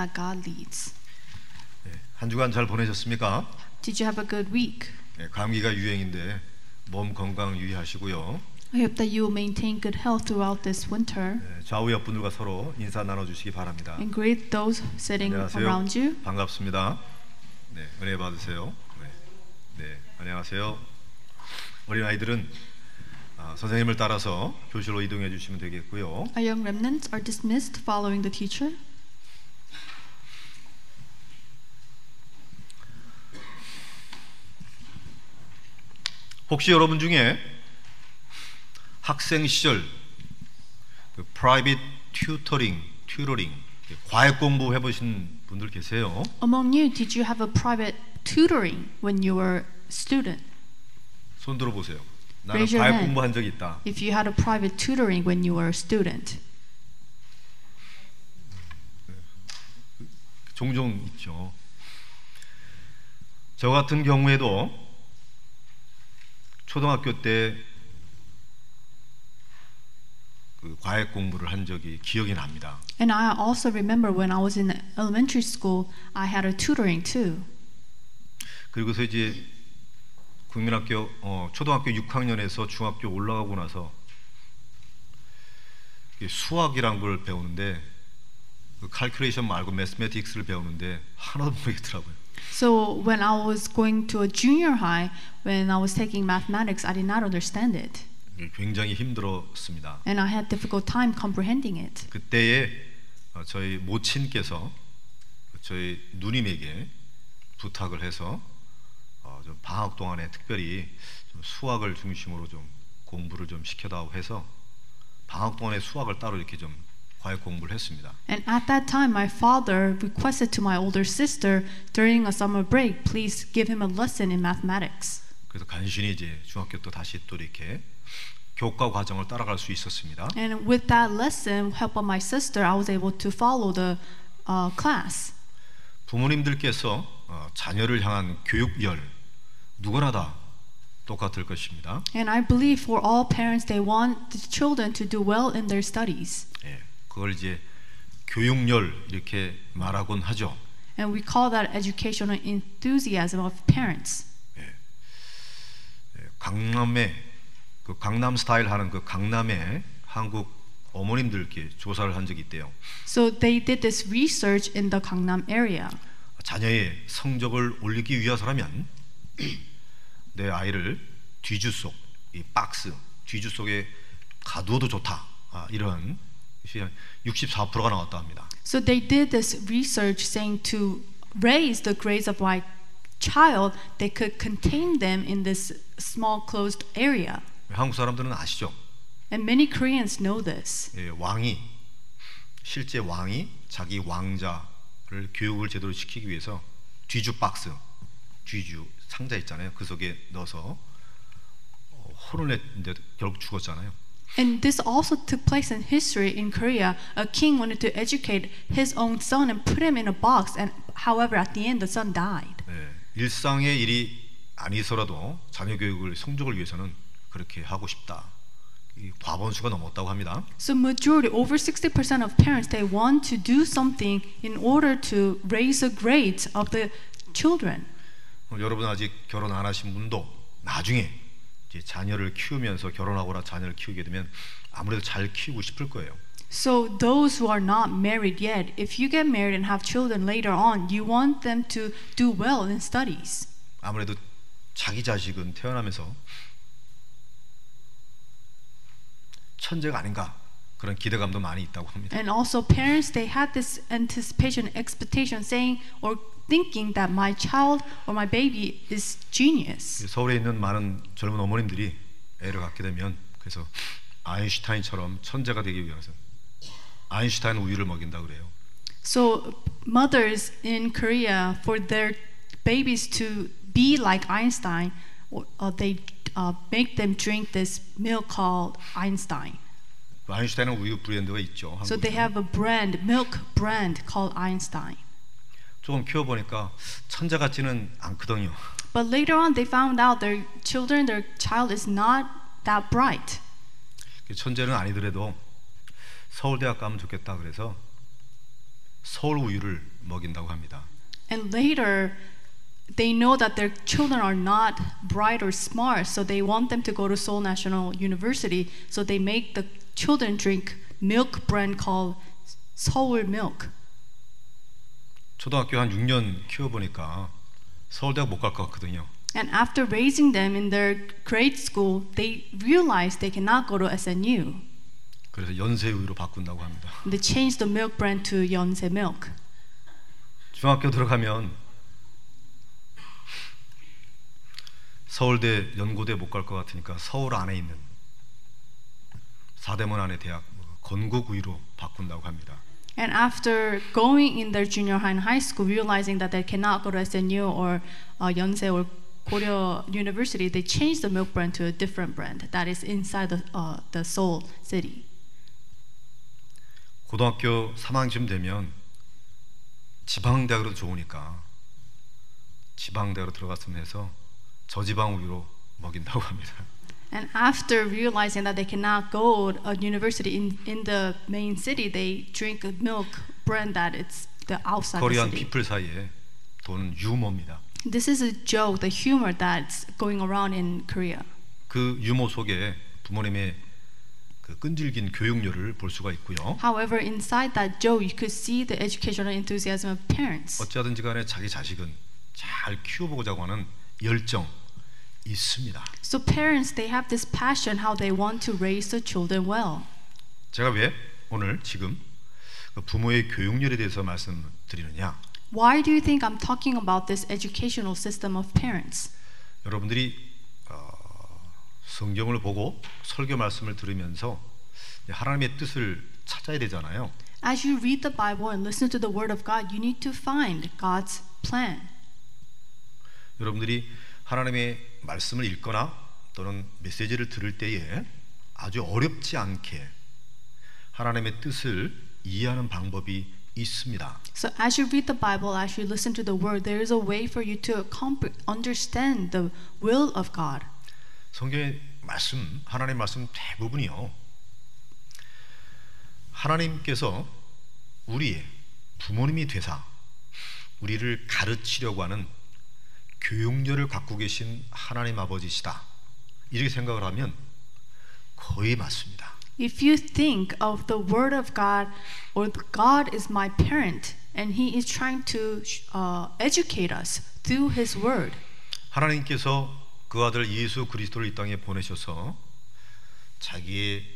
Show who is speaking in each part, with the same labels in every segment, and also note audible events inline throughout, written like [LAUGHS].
Speaker 1: that God leads.
Speaker 2: 한 주간 잘 보내셨습니까?
Speaker 1: Did you have a good week?
Speaker 2: 예, 감기가 유행인데 몸 건강 유의하시고요.
Speaker 1: I hope that you will maintain good health throughout this winter
Speaker 2: 예, 좌우 옆분들과 서로 인사 나눠주시기 바랍니다.
Speaker 1: and greet those sitting around you.
Speaker 2: 반갑습니다. 네, 은혜 받으세요. 네, 네, 안녕하세요. 어린 아이들은 아, 선생님을 따라서 교실로 이동해 주시면 되겠고요.
Speaker 1: Our young remnants are dismissed following the teacher.
Speaker 2: 혹시 여러분 중에 학생 시절 그 프라이빗 튜터링, 튜러링 예, 과외 공부 해보신 분들 계세요?
Speaker 1: Among you, did you have a private tutoring when you were a student?
Speaker 2: 손 들어보세요. 나는
Speaker 1: Raise your
Speaker 2: 과외
Speaker 1: hand.
Speaker 2: 공부한 적 있다.
Speaker 1: If you had a private tutoring when you were a student,
Speaker 2: 종종 있죠. 저 같은 경우에도 초등학교 때그 그 과외 공부를 한 적이 기억이 납니다.
Speaker 1: and I also remember when I was in elementary school, I had a tutoring too.
Speaker 2: 그리고서 이제 국민학교 어, 초등학교 6학년에서 중학교 올라가고 나서 이 수학이란 걸 배우는데 그 칼큘레이션 말고 매스매틱스를 배우는데 하나도 모르겠더라고요.
Speaker 1: So when I was going to a junior high, when I was taking mathematics, I did not understand it.
Speaker 2: 이게 굉장히 힘들었습니다.
Speaker 1: and I had difficult time comprehending it.
Speaker 2: 그때에 어, 저희 모친께서 저희 누님에게 부탁을 해서 어, 좀 방학 동안에 특별히 좀 수학을 중심으로 좀 공부를 좀 시켜달라고 해서 방학 동안에 수학을 따로 이렇게 좀 과외 공부를 했습니다.
Speaker 1: And at that time, my father requested to my older sister during a summer break, please give him a lesson in mathematics.
Speaker 2: 그래서 간신히 이제 중학교 또 다시 또 이렇게 교과 과정을 따라갈 수 있었습니다.
Speaker 1: And with that lesson, help of my sister, I was able to follow the uh, class.
Speaker 2: 부모님들께서 어, 자녀를 향한 교육열 누구나 다 똑같을 것입니다.
Speaker 1: And I believe for all parents, they want the children to do well in their studies.
Speaker 2: 예, 그걸 이제 교육열 이렇게 말하곤 하죠.
Speaker 1: And we call that educational enthusiasm of parents.
Speaker 2: 예, 강남에 그 강남 스타일 하는 그 강남에 한국 어머님들께 조사를 한 적이 있대요.
Speaker 1: So they did this research in the Gangnam area.
Speaker 2: 자녀의 성적을 올리기 위해서라면 [CLEARS THROAT] 내 아이를 뒤주 속 이 박스 뒤주 속에 가두어도 좋다. 아, 이런 것이 64%가 나왔다 합니다.
Speaker 1: So they did this research saying to raise the grades of my child, they could contain them in this small closed area.
Speaker 2: 한국 사람들은 아시죠?
Speaker 1: And many Koreans know this.
Speaker 2: 예, 왕이 실제 왕이 자기 왕자를 교육을 제대로 시키기 위해서 뒤주 박스, 뒤주 상자 있잖아요. 그 속에 넣어서 어, 혼을 냈는데 결국 죽었잖아요.
Speaker 1: And this also took place in history in Korea. A king wanted to educate his own son and put him in a box, and however, at the end, the son died.
Speaker 2: 예, 일상의 일이 아니서라도 자녀 교육을 성적을 위해서는 그렇게 하고 싶다. 이 과반수가 넘었다고 합니다.
Speaker 1: So majority, over 60% of parents, they want to do something in order to raise the grades of the children.
Speaker 2: 어, 여러분 아직 결혼 안 하신 분도 나중에 이제 자녀를 키우면서 결혼하거나 자녀를 키우게 되면 아무래도 잘 키우고 싶을 거예요.
Speaker 1: So those who are not married yet, if you get married and have children later on, you want them to do well in studies.
Speaker 2: 아무래도 자기 자식은 태어나면서 천재가 아닌가 그런 기대감도 많이 있다고 합니다.
Speaker 1: And also parents they had this anticipation expectation saying or thinking that my child or my baby is genius.
Speaker 2: 서울에 있는 많은 젊은 어머님들이 애를 갖게 되면 그래서 아인슈타인처럼 천재가 되기 위해서 아인슈타인 우유를 먹인다 그래요.
Speaker 1: So mothers in Korea for their babies to be like Einstein, or, uh, they uh, make them drink this milk called Einstein.
Speaker 2: 그 아인슈타인 우유 브랜드가 있죠.
Speaker 1: So they
Speaker 2: 한국에.
Speaker 1: have a brand, milk brand called Einstein.
Speaker 2: 조금 키워 보니까 천재 같지는 않거든요.
Speaker 1: But later on, they found out their children, their child is not that bright.
Speaker 2: 그 천재는 아니더라도 서울대학 가면 좋겠다 그래서 서울 우유를 먹인다고 합니다.
Speaker 1: And later, they know that their children are not bright or smart, so they want them to go to Seoul National University. So they make the children drink milk brand called Seoul Milk.
Speaker 2: 초등학교 한 6년 키워보니까 서울대학 못 갈 것 같거든요.
Speaker 1: And after raising them in their grade school, they realize they cannot go to SNU.
Speaker 2: 그래서 연세 우유로 바꾼다고 합니다.
Speaker 1: They change the milk brand to Yonsei Milk.
Speaker 2: 중학교 들어가면 서울대 연고대 못 갈 것 같으니까 서울 안에 있는 사대문 안에 대학 뭐 건국 우유로 바꾼다고 합니다.
Speaker 1: And after going in their junior high and high school, realizing that they cannot go to SNU or uh, Yonsei or Koryo University, they changed the milk brand to a different brand that is inside the, uh, the Seoul city.
Speaker 2: 고등학교 3학년쯤 되면 지방대학으로 좋으니까 지방대학으로 들어갔으면 해서 저지방 우유로 먹인다고 합니다.
Speaker 1: And after realizing that they cannot go to a university in, in the main city, they drink a milk brand that it's the outside the
Speaker 2: 코리안
Speaker 1: city.
Speaker 2: 피플 사이에 돈은 유머입니다.
Speaker 1: This is a joke, the humor that's going around in Korea.
Speaker 2: 그 유머 속에 부모님의 그 끈질긴 교육료를 볼 수가 있고요.
Speaker 1: However, inside that joke, you could see the educational enthusiasm of parents.
Speaker 2: 어찌하든지 간에 자기 자식은 잘 키워보고자 하는 열정 있습니다.
Speaker 1: So parents, they have this passion how they want to raise their children well.
Speaker 2: 제가 왜 오늘 지금 그 부모의 교육열에 대해서 말씀드리느냐?
Speaker 1: Why do you think I'm talking about this educational system of parents?
Speaker 2: 여러분들이 어, 성경을 보고 설교 말씀을 들으면서 하나님의 뜻을 찾아야 되잖아요.
Speaker 1: As you read the Bible and listen to the Word of God, you need to find God's plan.
Speaker 2: 여러분들이 하나님의 말씀을 읽거나 또는 메시지를 들을 때에 아주 어렵지 않게 하나님의 뜻을 이해하는 방법이 있습니다.
Speaker 1: So as you read the Bible, as you listen to the Word, there is a way for you to compre- understand the will of God.
Speaker 2: 성경의 말씀, 하나님의 말씀 대부분이요. 하나님께서 우리의 부모님이 되사 우리를 가르치려고 하는 교육료를 갖고 계신 하나님 아버지시다. 이렇게 생각을 하면 거의 맞습니다.
Speaker 1: If you think of the Word of God, or the God is my parent, and He is trying to sh- uh, educate us through His Word.
Speaker 2: 하나님께서 그 아들 예수 그리스도를 이 땅에 보내셔서 자기의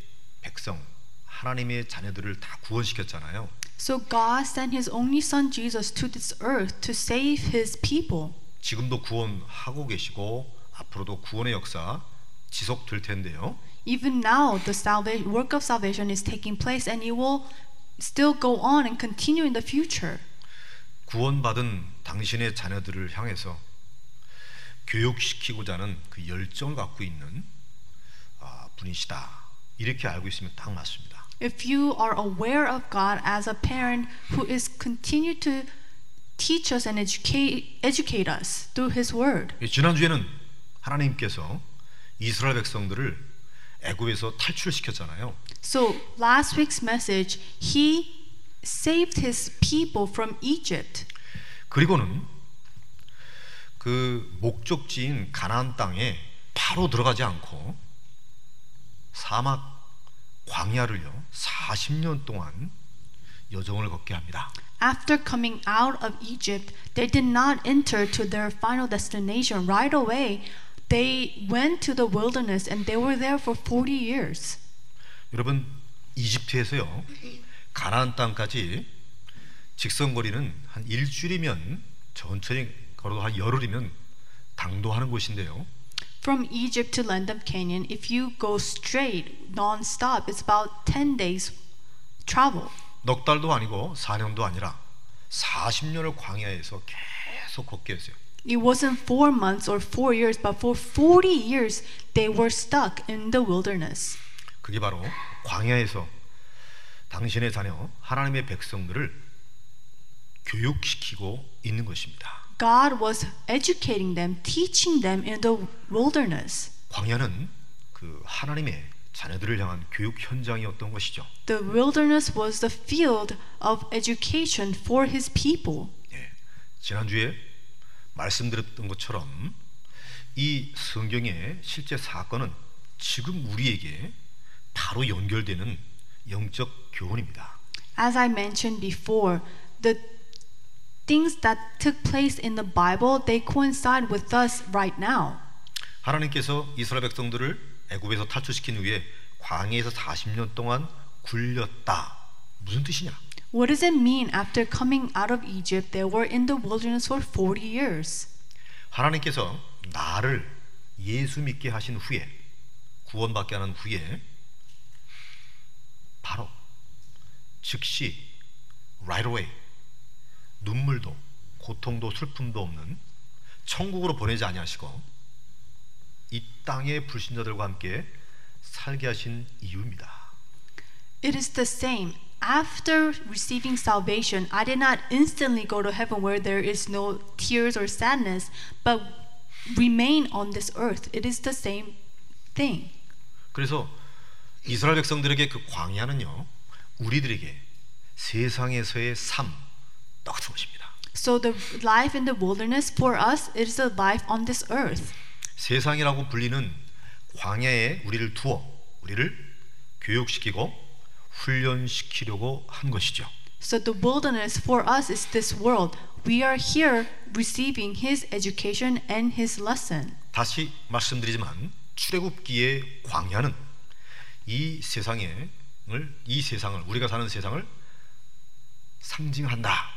Speaker 2: 백성 하나님의 자녀들을 다 구원시켰잖아요.
Speaker 1: So God sent His only Son Jesus to this earth to save His people.
Speaker 2: 지금도 구원하고 계시고 앞으로도 구원의 역사 지속될 텐데요.
Speaker 1: Even now, the salva- work of salvation is taking place, and it will still go on and continue in the future.
Speaker 2: 구원받은 당신의 자녀들을 향해서 교육시키고자 하는 그 열정을 갖고 있는 아, 분이시다. 이렇게 알고 있으면 딱 맞습니다.
Speaker 1: If you are aware of God as a parent who is continue to teach us and educate educate us through His Word.
Speaker 2: 예, 지난주에는 하나님께서 이스라엘 백성들을 애굽에서 탈출시켰잖아요.
Speaker 1: So last week's message, He saved His people from Egypt.
Speaker 2: 그리고는 그 목적지인 가나안 땅에 바로 들어가지 않고 사막 광야를요 40년 동안 여정을 걷게 합니다.
Speaker 1: After coming out of Egypt, they did not enter to their final destination right away. They went to the wilderness and they were there for 40 years.
Speaker 2: 여러분 이집트에서요 가나안 땅까지 직선거리는 한 일주일이면 천천히 걸어도 한 열흘이면 당도하는 곳인데요.
Speaker 1: From Egypt to land of Canaan, if you go straight, non-stop, it's about 10 days travel.
Speaker 2: 넉 달도 아니고 4년도 아니라 40년을 광야에서 계속 걷게 했어요.
Speaker 1: It wasn't four months or four years, but for 40 years, they were stuck in the wilderness.
Speaker 2: 그게 바로 광야에서 당신의 자녀 하나님의 백성들을 교육시키고 있는 것입니다.
Speaker 1: God was educating them, teaching them in the wilderness.
Speaker 2: 광야는 그 하나님의 자녀들을 향한 교육 현장이었던 것이죠.
Speaker 1: The wilderness was the field of education for his people.
Speaker 2: 예, 지난주에 말씀드렸던 것처럼 이 성경의 실제 사건은 지금 우리에게 바로 연결되는 영적 교훈입니다.
Speaker 1: As I mentioned before, the things that took place in the Bible, they coincide with us right now.
Speaker 2: 하나님께서 이스라엘 백성들을 애굽에서 탈출시킨 후에 광야에서 40년 동안 굴렸다. 무슨 뜻이냐?
Speaker 1: What does it mean after coming out of Egypt, they were in the wilderness for 40 years?
Speaker 2: 하나님께서 나를 예수 믿게 하신 후에 구원받게 하는 후에 바로 즉시 right away 눈물도 고통도 슬픔도 없는 천국으로 보내지 아니하시고 이 땅의 불신자들과 함께 살게 하신 이유입니다.
Speaker 1: It is the same. After receiving salvation, I did not instantly go to heaven where there is no tears or sadness, but remain on this earth. It is the same thing.
Speaker 2: 그래서 이스라엘 백성들에게 그 광야는요 우리들에게 세상에서의 삶 똑같은 것입니다.
Speaker 1: So the life in the wilderness for us it is a life on this earth.
Speaker 2: 세상이라고 불리는 광야에 우리를 두어 우리를 교육시키고 훈련시키려고 한 것이죠.
Speaker 1: So the wilderness for us is this world. We are here receiving his education and his lesson.
Speaker 2: 다시 말씀드리지만 출애굽기의 광야는 이 세상을 이 세상을 우리가 사는 세상을 상징한다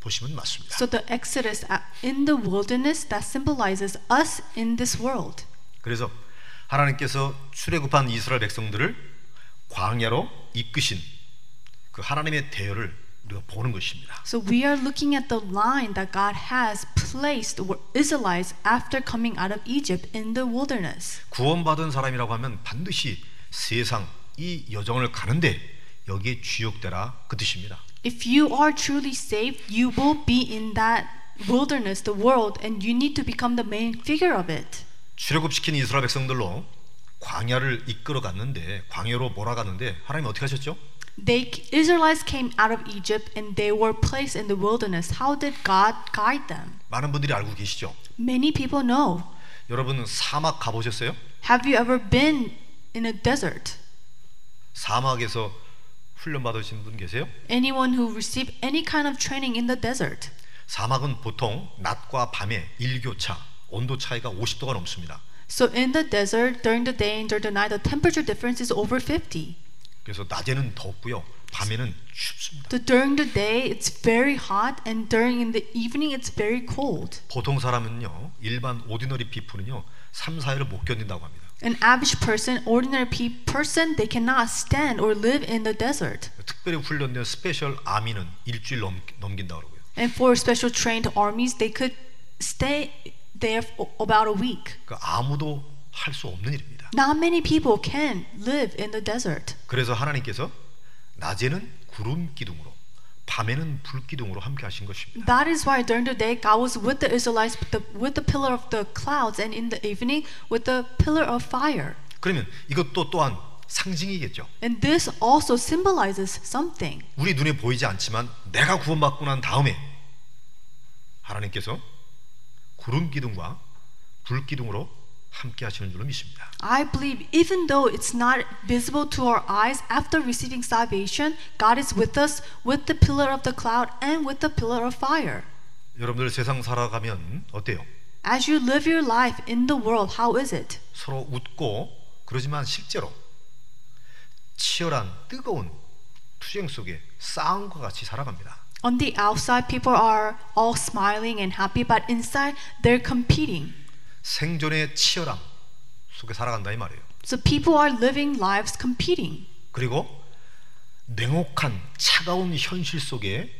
Speaker 2: 보시면 맞습니다.
Speaker 1: So the Exodus uh, in the wilderness that symbolizes us in this world.
Speaker 2: 그래서 하나님께서 출애굽한 이스라엘 백성들을 광야로 이끄신 그 하나님의 대열을 우리가 보는 것입니다.
Speaker 1: So we are looking at the line that God has placed were Israelites after coming out of Egypt in the wilderness.
Speaker 2: 구원받은 사람이라고 하면 반드시 세상 이 여정을 가는데 여기에 주역되라 그 뜻입니다.
Speaker 1: If you are truly saved, you will be in that wilderness, the world, and you need to become the main figure of it.
Speaker 2: 출애굽시킨 이스라엘 백성들로 광야를 이끌어 갔는데 광야로 몰아갔는데 하나님 어떻게 하셨죠?
Speaker 1: They Israelites came out of Egypt and they were placed in the wilderness. How did God guide them?
Speaker 2: 많은 분들이 알고 계시죠.
Speaker 1: Many people know.
Speaker 2: 여러분 사막 가보셨어요?
Speaker 1: Have you ever been in a desert?
Speaker 2: 사막에서 훈련 받으신 분 계세요?
Speaker 1: Anyone who received any kind of training in the desert?
Speaker 2: 사막은 보통 낮과 밤의 일교차, 온도 차이가 50도가 넘습니다.
Speaker 1: So in the desert during the day and during the night the temperature difference is over 50.
Speaker 2: 그래서 낮에는 덥고요, 밤에는 춥습니다.
Speaker 1: So during the day it's very hot and during in the evening it's very cold.
Speaker 2: 보통 사람은요, 일반 오디너리 피프는요, 3, 4일을 못 견딘다고 합니다.
Speaker 1: An average person, ordinary pe- person, they cannot stand or live in the desert.
Speaker 2: 특별히 훈련된 스페셜 아미는 일주일 넘, 넘긴다 그러고요.
Speaker 1: And for special trained armies, they could stay there for about a week.
Speaker 2: 그러니까 아무도 할 수 없는 일입니다.
Speaker 1: Not many people can live in the desert.
Speaker 2: 그래서 하나님께서 낮에는 구름 기둥으로, 밤에는 불 기둥으로 함께 하신 것입니다.
Speaker 1: That is why during the day God was with the Israelites with the, with the pillar of the clouds, and in the evening with the pillar of fire.
Speaker 2: 그러면 이것도 또한 상징이겠죠.
Speaker 1: And this also symbolizes something.
Speaker 2: 우리 눈에 보이지 않지만 내가 구원받고 난 다음에 하나님께서 구름 기둥과 불 기둥으로 함께 하시는 줄로 믿습니다.
Speaker 1: I believe even though it's not visible to our eyes after receiving salvation, God is with us with the pillar of the cloud and with the pillar of fire.
Speaker 2: 여러분들 세상 살아가면 어때요?
Speaker 1: As you live your life in the world, how is it?
Speaker 2: 서로 웃고 그러지만 실제로 치열한 뜨거운 투쟁 속에 싸움과 같이 살아갑니다.
Speaker 1: On the outside, people are all smiling and happy, but inside, they're competing.
Speaker 2: 생존의 치열함 속에 살아간다 이 말이에요.
Speaker 1: So people are living lives competing.
Speaker 2: 그리고 냉혹한 차가운 현실 속에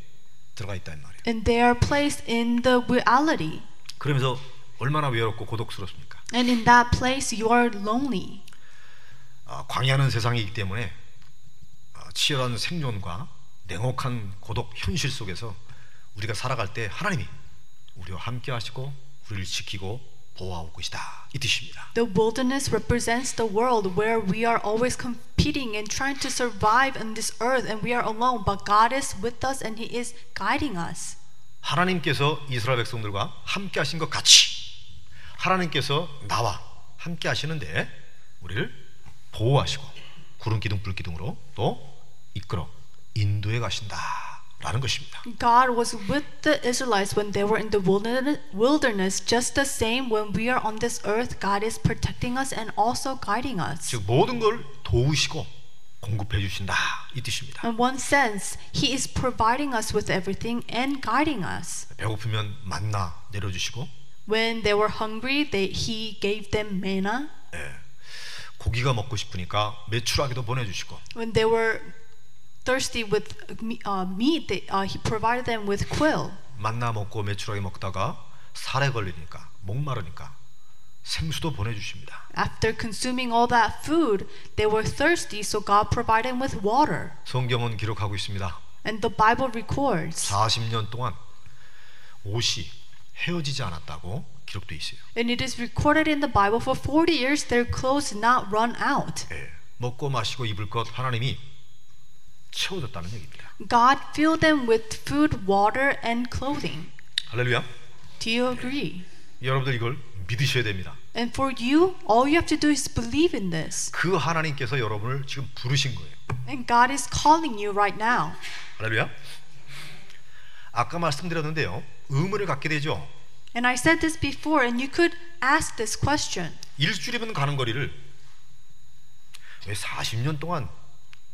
Speaker 2: 들어가 있다 이 말이에요.
Speaker 1: And they are placed in the reality.
Speaker 2: 그러면서 얼마나 외롭고 고독스럽습니까?
Speaker 1: And in that place, you are lonely.
Speaker 2: 아, 광야는 세상이기 때문에 아, 치열한 생존과 냉혹한 고독 현실 속에서 우리가 살아갈 때 하나님이 우리와 함께 하시고 우리를 지키고 보호하고 것이다 이 뜻입니다.
Speaker 1: The wilderness represents the world where we are always competing and trying to survive on this earth and we are alone, but God is with us and He is guiding us.
Speaker 2: 하나님께서 이스라엘 백성들과 함께 하신 것 같이 하나님께서 나와 함께 하시는데 우리를 보호하시고 구름 기둥 불 기둥으로 또 이끌어 인도해 가신다라는 것입니다.
Speaker 1: God was with the Israelites when they were in the wilderness, wilderness, just the same when we are on this earth, God is protecting us and also guiding us.
Speaker 2: 즉 모든 걸 도우시고 공급해 주신다 이 뜻입니다.
Speaker 1: In one sense, He is providing us with everything and guiding us.
Speaker 2: 배고프면 만나 내려주시고
Speaker 1: When they were hungry, they, He gave them manna.
Speaker 2: 예. 고기가 먹고 싶으니까 매출하기도 보내주시고
Speaker 1: When they were thirsty with me- uh, meat, they, uh, He provided them with quail.
Speaker 2: 만나 먹고 매출하게 먹다가 살에 걸리니까 목마르니까 생수도 보내주십니다.
Speaker 1: After consuming all that food, they were thirsty, so God provided them with water.
Speaker 2: 성경은 기록하고 있습니다.
Speaker 1: And the Bible records.
Speaker 2: 40년 동안 옷이 헤어지지 않았다고 기록돼 있어요.
Speaker 1: And it is recorded in the Bible for 40 years their clothes did not run out.
Speaker 2: 예. 먹고 마시고 입을 것 하나님이 채워줬다는 얘기입니다.
Speaker 1: God filled them with food, water, and clothing.
Speaker 2: 할렐루야.
Speaker 1: Do you agree?
Speaker 2: 여러분들 이걸 믿으셔야 됩니다.
Speaker 1: And for you, all you have to do is believe in this.
Speaker 2: 그 하나님께서 여러분을 지금 부르신 거예요.
Speaker 1: And God is calling you right now.
Speaker 2: 할렐루야. 아까 말씀드렸는데요. 의문을 갖게 되죠.
Speaker 1: And I said this before, and you could ask this question
Speaker 2: 일주일이면 가는 거리를 왜 40년 동안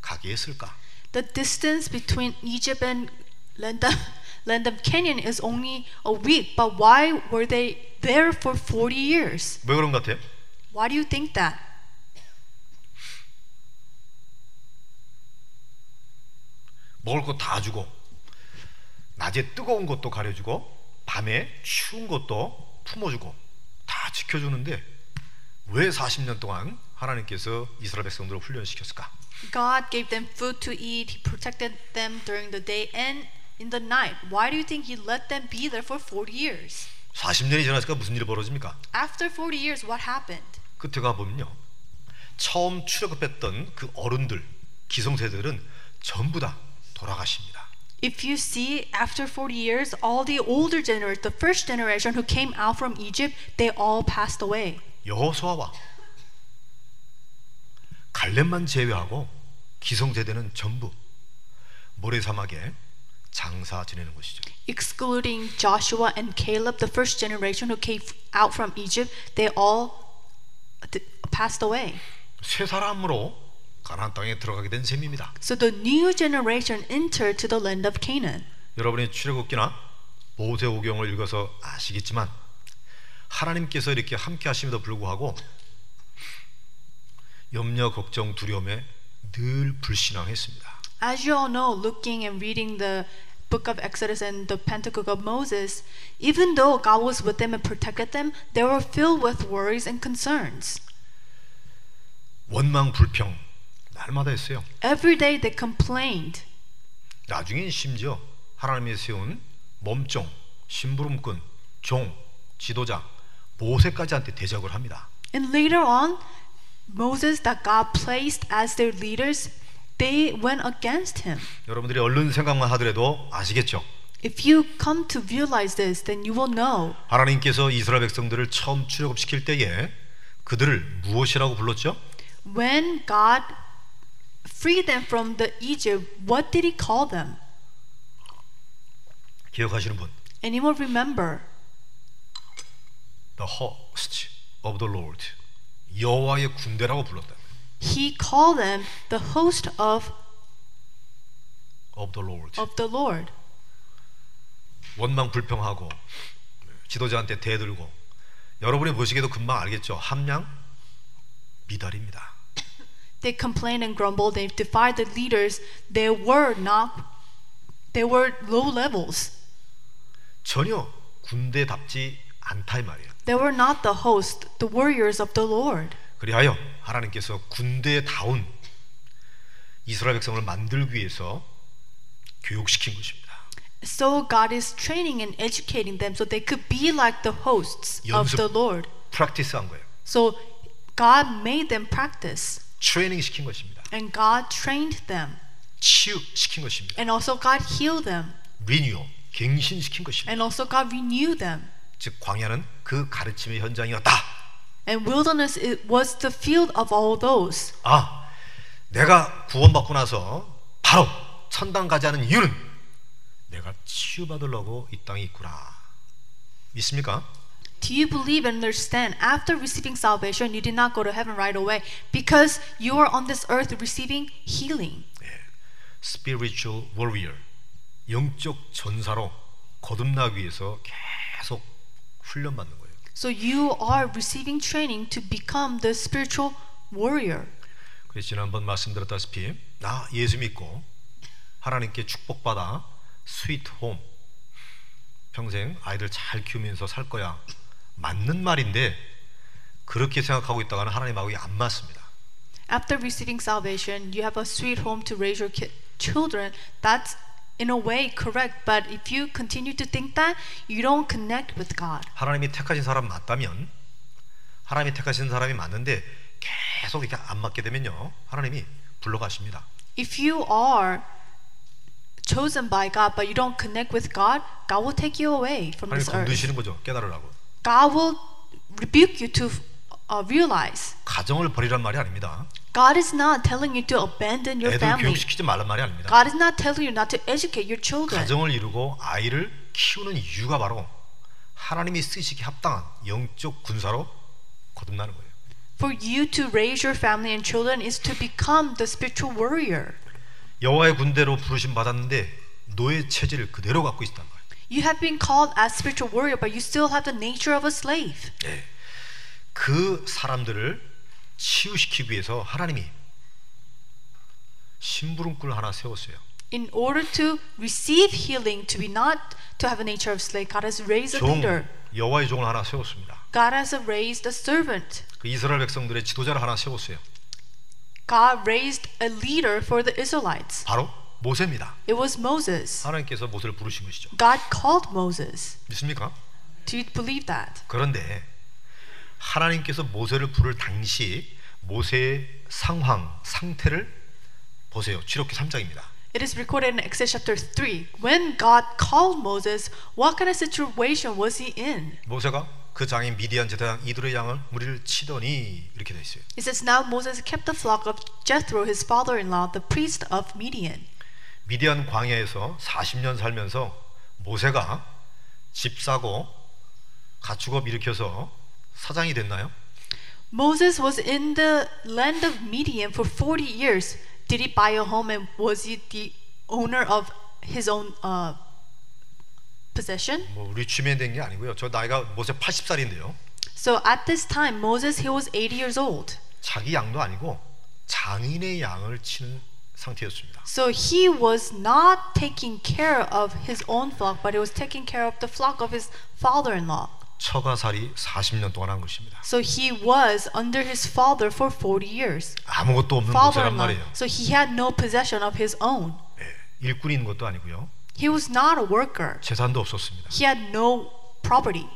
Speaker 2: 가게 했을까?
Speaker 1: The distance between Egypt and [LAUGHS] Lendam, Lendam Canyon is only a week, but why were they there for 40 years?
Speaker 2: 왜 그런 것 같아요?
Speaker 1: Why do you think that?
Speaker 2: 먹을 거 다 주고 낮에 뜨거운 것도 가려주고 밤에 추운 것도 품어주고 다 지켜주는데 왜 40년 동안 하나님께서 이스라엘 백성들을 훈련시켰을까?
Speaker 1: God gave them food to eat. He protected them during the day and in the night. Why do you think He let them be there for 40 years?
Speaker 2: 40년이 지났으니까 무슨 일이 벌어집니까?
Speaker 1: After 40 years, what happened?
Speaker 2: 끝에 가보면요. 그 처음 출애굽했던 그 어른들, 기성세들은 전부 다 돌아가십니다.
Speaker 1: If you see, after 40 years, all the older generation, the first generation who came out from Egypt, they all passed away.
Speaker 2: 여호수아와 갈렙만 제외하고 기성세대는 전부 모래사막에 장사 지내는 것이죠.
Speaker 1: Excluding Joshua and Caleb, the first generation who came out from Egypt, they all th- passed away.
Speaker 2: 세 사람으로 가나안 땅에 들어가게 된 셈입니다.
Speaker 1: So the new generation entered to the land of Canaan.
Speaker 2: 여러분이 출애굽기나 모세오경을 읽어서 아시겠지만 하나님께서 이렇게 함께 하심에도 불구하고 염려 걱정 두려움에 늘 불신앙했습니다.
Speaker 1: As you all know, looking and reading the book of Exodus and the Pentateuch of Moses, even though God was with them and protected them, they were filled with worries and concerns.
Speaker 2: 원망 불평 날마다 했어요.
Speaker 1: Every day they complained.
Speaker 2: 나중엔 심지어 하나님이 세운 몸종, 심부름꾼, 종, 지도자 모세까지한테 대적을 합니다.
Speaker 1: And later on, Moses, that God placed as their leaders, they went against him.
Speaker 2: 여러분들이 얼른 생각만 하더라도 아시겠죠?
Speaker 1: If you come to realize this, then you will know
Speaker 2: 하나님께서 이스라엘 백성들을 처음 출애굽시킬 때에 그들을 무엇이라고 불렀죠?
Speaker 1: when God freed them from the Egypt, what did he call them?
Speaker 2: 기억하시는 분?
Speaker 1: And you will remember
Speaker 2: The host of the Lord. 여호와의 군대라고 불렀다.
Speaker 1: he called them the host of,
Speaker 2: of the Lord.
Speaker 1: of the Lord.
Speaker 2: 원망 불평하고 지도자한테 대들고 여러분이 보시기에도 금방 알겠죠. 함량 미달입니다.
Speaker 1: They complained and grumbled, they defied the leaders, they were not they were low levels.
Speaker 2: 전혀 군대답지 않다 이 말이에요.
Speaker 1: They were not the host, the warriors of the Lord.
Speaker 2: 그리하여 하나님께서 군대다운 이스라엘 백성을 만들기 위해서 교육시킨 것입니다.
Speaker 1: So God is training and educating them so they could be like the hosts of
Speaker 2: 연습.
Speaker 1: the Lord.
Speaker 2: 프랙티스 한 거예요.
Speaker 1: So God made them practice
Speaker 2: 트레이닝 시킨 것입니다.
Speaker 1: and God trained them.
Speaker 2: 치유 시킨 것입니다.
Speaker 1: And also God healed them.
Speaker 2: 리뉴어 갱신 시킨 것입니다.
Speaker 1: And also God renewed them.
Speaker 2: 즉 광야는 그 가르침의 현장이었다.
Speaker 1: And wilderness it was the field of all those.
Speaker 2: 아, 내가 구원받고 나서 바로 천당 가지 않은 이유는 내가 치유받으려고 이 땅에 있구나. 믿습니까?
Speaker 1: Do you believe and understand after receiving salvation, you did not go to heaven right away because you are on this earth receiving healing?
Speaker 2: 예. spiritual warrior, 영적 전사로 거듭나기 위해서 계속 훈련받는 거예요.
Speaker 1: So you are receiving training to become the spiritual warrior.
Speaker 2: 그래서 지난번 말씀드렸다시피 나 예수 믿고 하나님께 축복받아 스위트 홈 평생 아이들 잘 키우면서 살 거야 맞는 말인데 그렇게 생각하고 있다가는 하나님하고 안 맞습니다.
Speaker 1: After receiving salvation, you have a sweet home to raise your ki- children. That's in a way correct, but if you continue to think that, you don't connect with God.
Speaker 2: 하나님이 택하신 사람 맞다면 하나님이 택하신 사람이 맞는데 계속 이렇게 안 맞게 되면요 하나님이 불러가십니다.
Speaker 1: If you are chosen by God, but you don't connect with God, God will take you away from
Speaker 2: 하나님
Speaker 1: this earth.
Speaker 2: 건드시는 거죠 깨달으라고
Speaker 1: God will rebuke you to uh, realize.
Speaker 2: 가정을 버리란 말이 아닙니다.
Speaker 1: God is not telling you to abandon your
Speaker 2: 애들
Speaker 1: family.
Speaker 2: 교육시키지 말란 말이 아닙니다.
Speaker 1: God is not telling you not to educate your children.
Speaker 2: 가정을 이루고 아이를 키우는 이유가 바로 하나님이 쓰시기 합당한 영적 군사로 거듭나는 거예요.
Speaker 1: For you to raise your family and children is to become the spiritual warrior.
Speaker 2: 여호와의 군대로 부르심 받았는데 노예 체질을 그대로 갖고 있단 말이에요.
Speaker 1: You have been called as spiritual warrior, but you still have the nature of a slave.
Speaker 2: 예. 그 사람들을 치유시키기 위해서 하나님이 심부름꾼을 하나 세웠어요.
Speaker 1: In order to receive healing, to be not to have a nature of slave, God has raised a
Speaker 2: 종
Speaker 1: leader.
Speaker 2: 여호와의 종을 하나 세웠습니다.
Speaker 1: God has raised a servant.
Speaker 2: 그 이스라엘 백성들의 지도자를 하나 세웠어요.
Speaker 1: God raised a leader for the Israelites.
Speaker 2: 바로 모세입니다.
Speaker 1: It was Moses.
Speaker 2: 하나님께서 모세를 부르신 것이죠.
Speaker 1: God called Moses.
Speaker 2: 믿습니까?
Speaker 1: Do you believe that?
Speaker 2: 그런데 하나님께서 모세를 부를 당시 모세의 상황, 상태를 보세요. 출애굽기 3장입니다.
Speaker 1: It is recorded in Exodus chapter 3. When God called Moses, what kind of situation was he in?
Speaker 2: 모세가 그 장인 미디안 제사장 이들의 양을 무리를 치더니 이렇게 돼 있어요.
Speaker 1: It says, Now Moses kept the flock of Jethro, his father in law, the priest of Midian.
Speaker 2: 미디안 광야에서 40년 살면서 모세가 집 사고 가축업 일으켜서 사장이 됐나요?
Speaker 1: Moses was in the land of Midian for 40 years. Did he buy a home and was he the owner of his own uh, possession?
Speaker 2: 뭐 우리 주면 된 게 아니고요. 저 나이가 모세 80살인데요.
Speaker 1: So at this time, Moses, he was 80 years old.
Speaker 2: 자기 양도 아니고 장인의 양을 치는 상태였습니다.
Speaker 1: So he was not taking care of his own flock, but he was taking care of the flock of his father in law.
Speaker 2: 처가살이 40년 동안 한 것입니다.
Speaker 1: So he was under his father for 40 years.
Speaker 2: 아무것도 없는
Speaker 1: Father
Speaker 2: 모세란
Speaker 1: in law.
Speaker 2: 말이에요.
Speaker 1: So he had no possession of his own.
Speaker 2: 예, 일꾼이 있는 것도 아니고요.
Speaker 1: He was not a worker,
Speaker 2: 재산도 없었습니다.
Speaker 1: he had no property.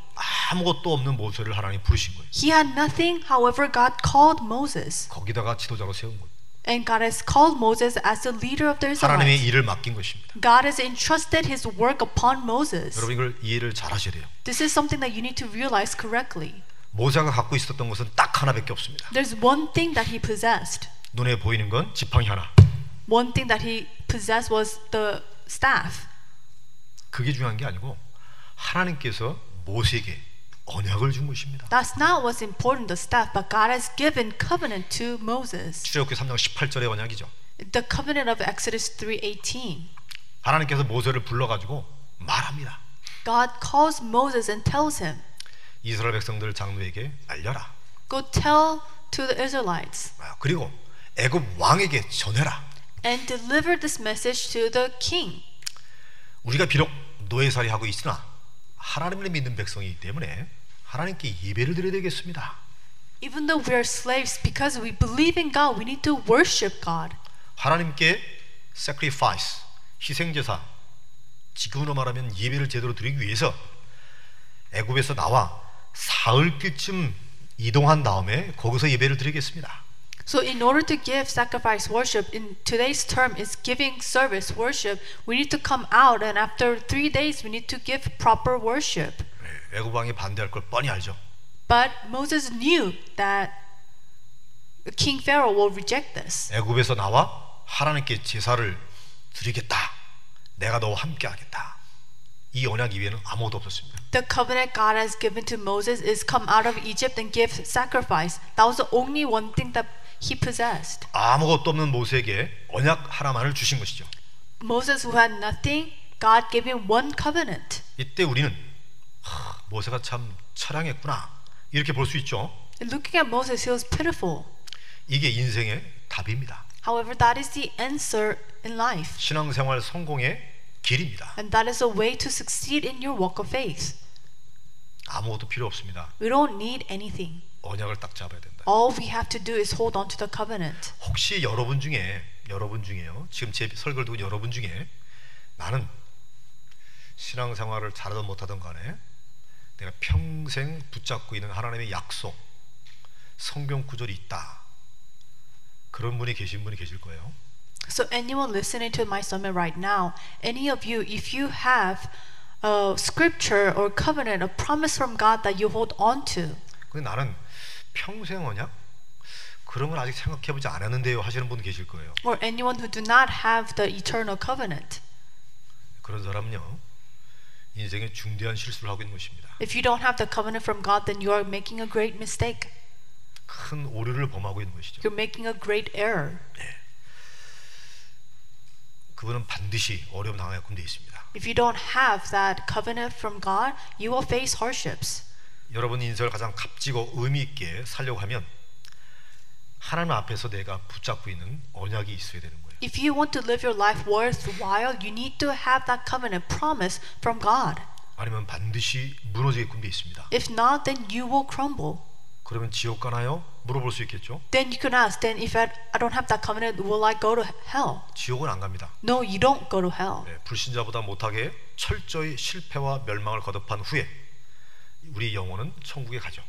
Speaker 2: 아무것도 없는 모세를 하나님 부르신 거예요.
Speaker 1: He had nothing, however, God called Moses.
Speaker 2: 거기다가 지도자로 세운 거예요.
Speaker 1: And God has called Moses as the leader of the
Speaker 2: 하나님의
Speaker 1: Israelites.
Speaker 2: 일을 맡긴 것입니다.
Speaker 1: God has entrusted his work upon Moses.
Speaker 2: 여러분 이걸 이해를 잘 하셔야 돼요.
Speaker 1: This is something that you need to realize correctly.
Speaker 2: 모세가 갖고 있었던 것은 딱 하나밖에 없습니다.
Speaker 1: There's one thing that he possessed.
Speaker 2: 눈에 보이는 건 지팡이 하나.
Speaker 1: One thing that he possessed was the staff.
Speaker 2: 그게 중요한 게 아니고 하나님께서 모세에게 언약을 준 것입니다.
Speaker 1: That's not what's important, the staff, but God has given covenant to Moses.
Speaker 2: 출애굽기 3장 18절의 언약이죠.
Speaker 1: The covenant of Exodus 3:18.
Speaker 2: 하나님께서 모세를 불러가지고 말합니다.
Speaker 1: God calls Moses and tells him,
Speaker 2: 이스라엘 백성들 장로에게 알려라.
Speaker 1: "Go tell to the Israelites
Speaker 2: 아, 그리고 애굽 왕에게 전해라.
Speaker 1: and deliver this message to the king."
Speaker 2: 우리가 비록 노예살이 하고 있으나 하나님을 믿는 백성이기 때문에 하나님께 예배를 드려야 되겠습니다.
Speaker 1: Even though we are slaves because we believe in God, we need to worship God.
Speaker 2: 하나님께 sacrifice 희생 제사 지금으로 말하면 예배를 제대로 드리기 위해서 애굽에서 나와 사흘쯤 이동한 다음에 거기서 예배를 드리겠습니다.
Speaker 1: So, in order to give sacrifice worship, in today's term is giving service worship, we need to come out, and after three days, we need to give proper worship.
Speaker 2: 예, 애굽 왕이 반대할 걸 뻔히 알죠.
Speaker 1: But Moses knew that King Pharaoh will reject this.
Speaker 2: 애굽에서 나와 하나님께 제사를 드리겠다. 내가 너와 함께 하겠다. 이 언약 이외에는 아무것도 없었습니다.
Speaker 1: The covenant God has given to Moses is come out of Egypt and give sacrifice. That was the only one thing that he possessed.
Speaker 2: 아무것도 없는 모세에게 언약 하나만을 주신 것이죠.
Speaker 1: Moses, who had nothing, God gave him one covenant.
Speaker 2: 이때 우리는 하, 모세가 참 처량했구나 이렇게 볼 수 있죠.
Speaker 1: And looking at Moses, he was pitiful.
Speaker 2: 이게 인생의 답입니다.
Speaker 1: However, that is the answer in life.
Speaker 2: 신앙생활 성공의 길입니다.
Speaker 1: And that is a way to succeed in your walk of faith.
Speaker 2: 아무것도 필요 없습니다.
Speaker 1: We don't need anything.
Speaker 2: 언약을 딱 잡아야 된다.
Speaker 1: All we have to do is hold on to the covenant.
Speaker 2: 혹시 여러분 중에 여러분 중에요. 지금 제 설교를 듣고 여러분 중에 나는 신앙생활을 잘하든 못하든 간에 내가 평생 붙잡고 있는 하나님의 약속 성경 구절이 있다. 그런 분이 계신 분이 계실 거예요.
Speaker 1: So, anyone listening to my sermon right now, any of you, if you have a scripture or covenant, a promise from God that you hold on to,
Speaker 2: 근데 나는 평생 언약 그런 걸 아직 생각해 보지 않았는데요 하시는 분 계실 거예요.
Speaker 1: or anyone who do not have the eternal covenant,
Speaker 2: 그런 사람은요 인생에 중대한 실수를 하고 있는 것입니다.
Speaker 1: if you don't have the covenant from God, then you are making a great mistake.
Speaker 2: 큰 오류를 범하고 있는 것이죠.
Speaker 1: You're making a great error.
Speaker 2: 그분은 반드시 어려움 당할 군데 있습니다.
Speaker 1: If you don't have that covenant from God, you will face hardships.
Speaker 2: 여러분 인생을 가장 값지고 의미 있게 살려고 하면 하나님 앞에서 내가 붙잡고 있는 언약이 있어야 되는 거예요.
Speaker 1: If you want to live your life worthwhile, you need to have that covenant promise from God.
Speaker 2: 아니면 반드시 무너질 군데 있습니다.
Speaker 1: If not, then you will crumble.
Speaker 2: 그러면 지옥 가나요? 물어볼 수 있겠죠.
Speaker 1: Then you can ask, then if I, I don't have that covenant, will I go to hell?
Speaker 2: 지옥은 안 갑니다.
Speaker 1: No, you don't go to hell.
Speaker 2: 예, 불신자보다 못하게 철저히 실패와 멸망을 거듭한 후에 우리 영혼은 천국에 가죠.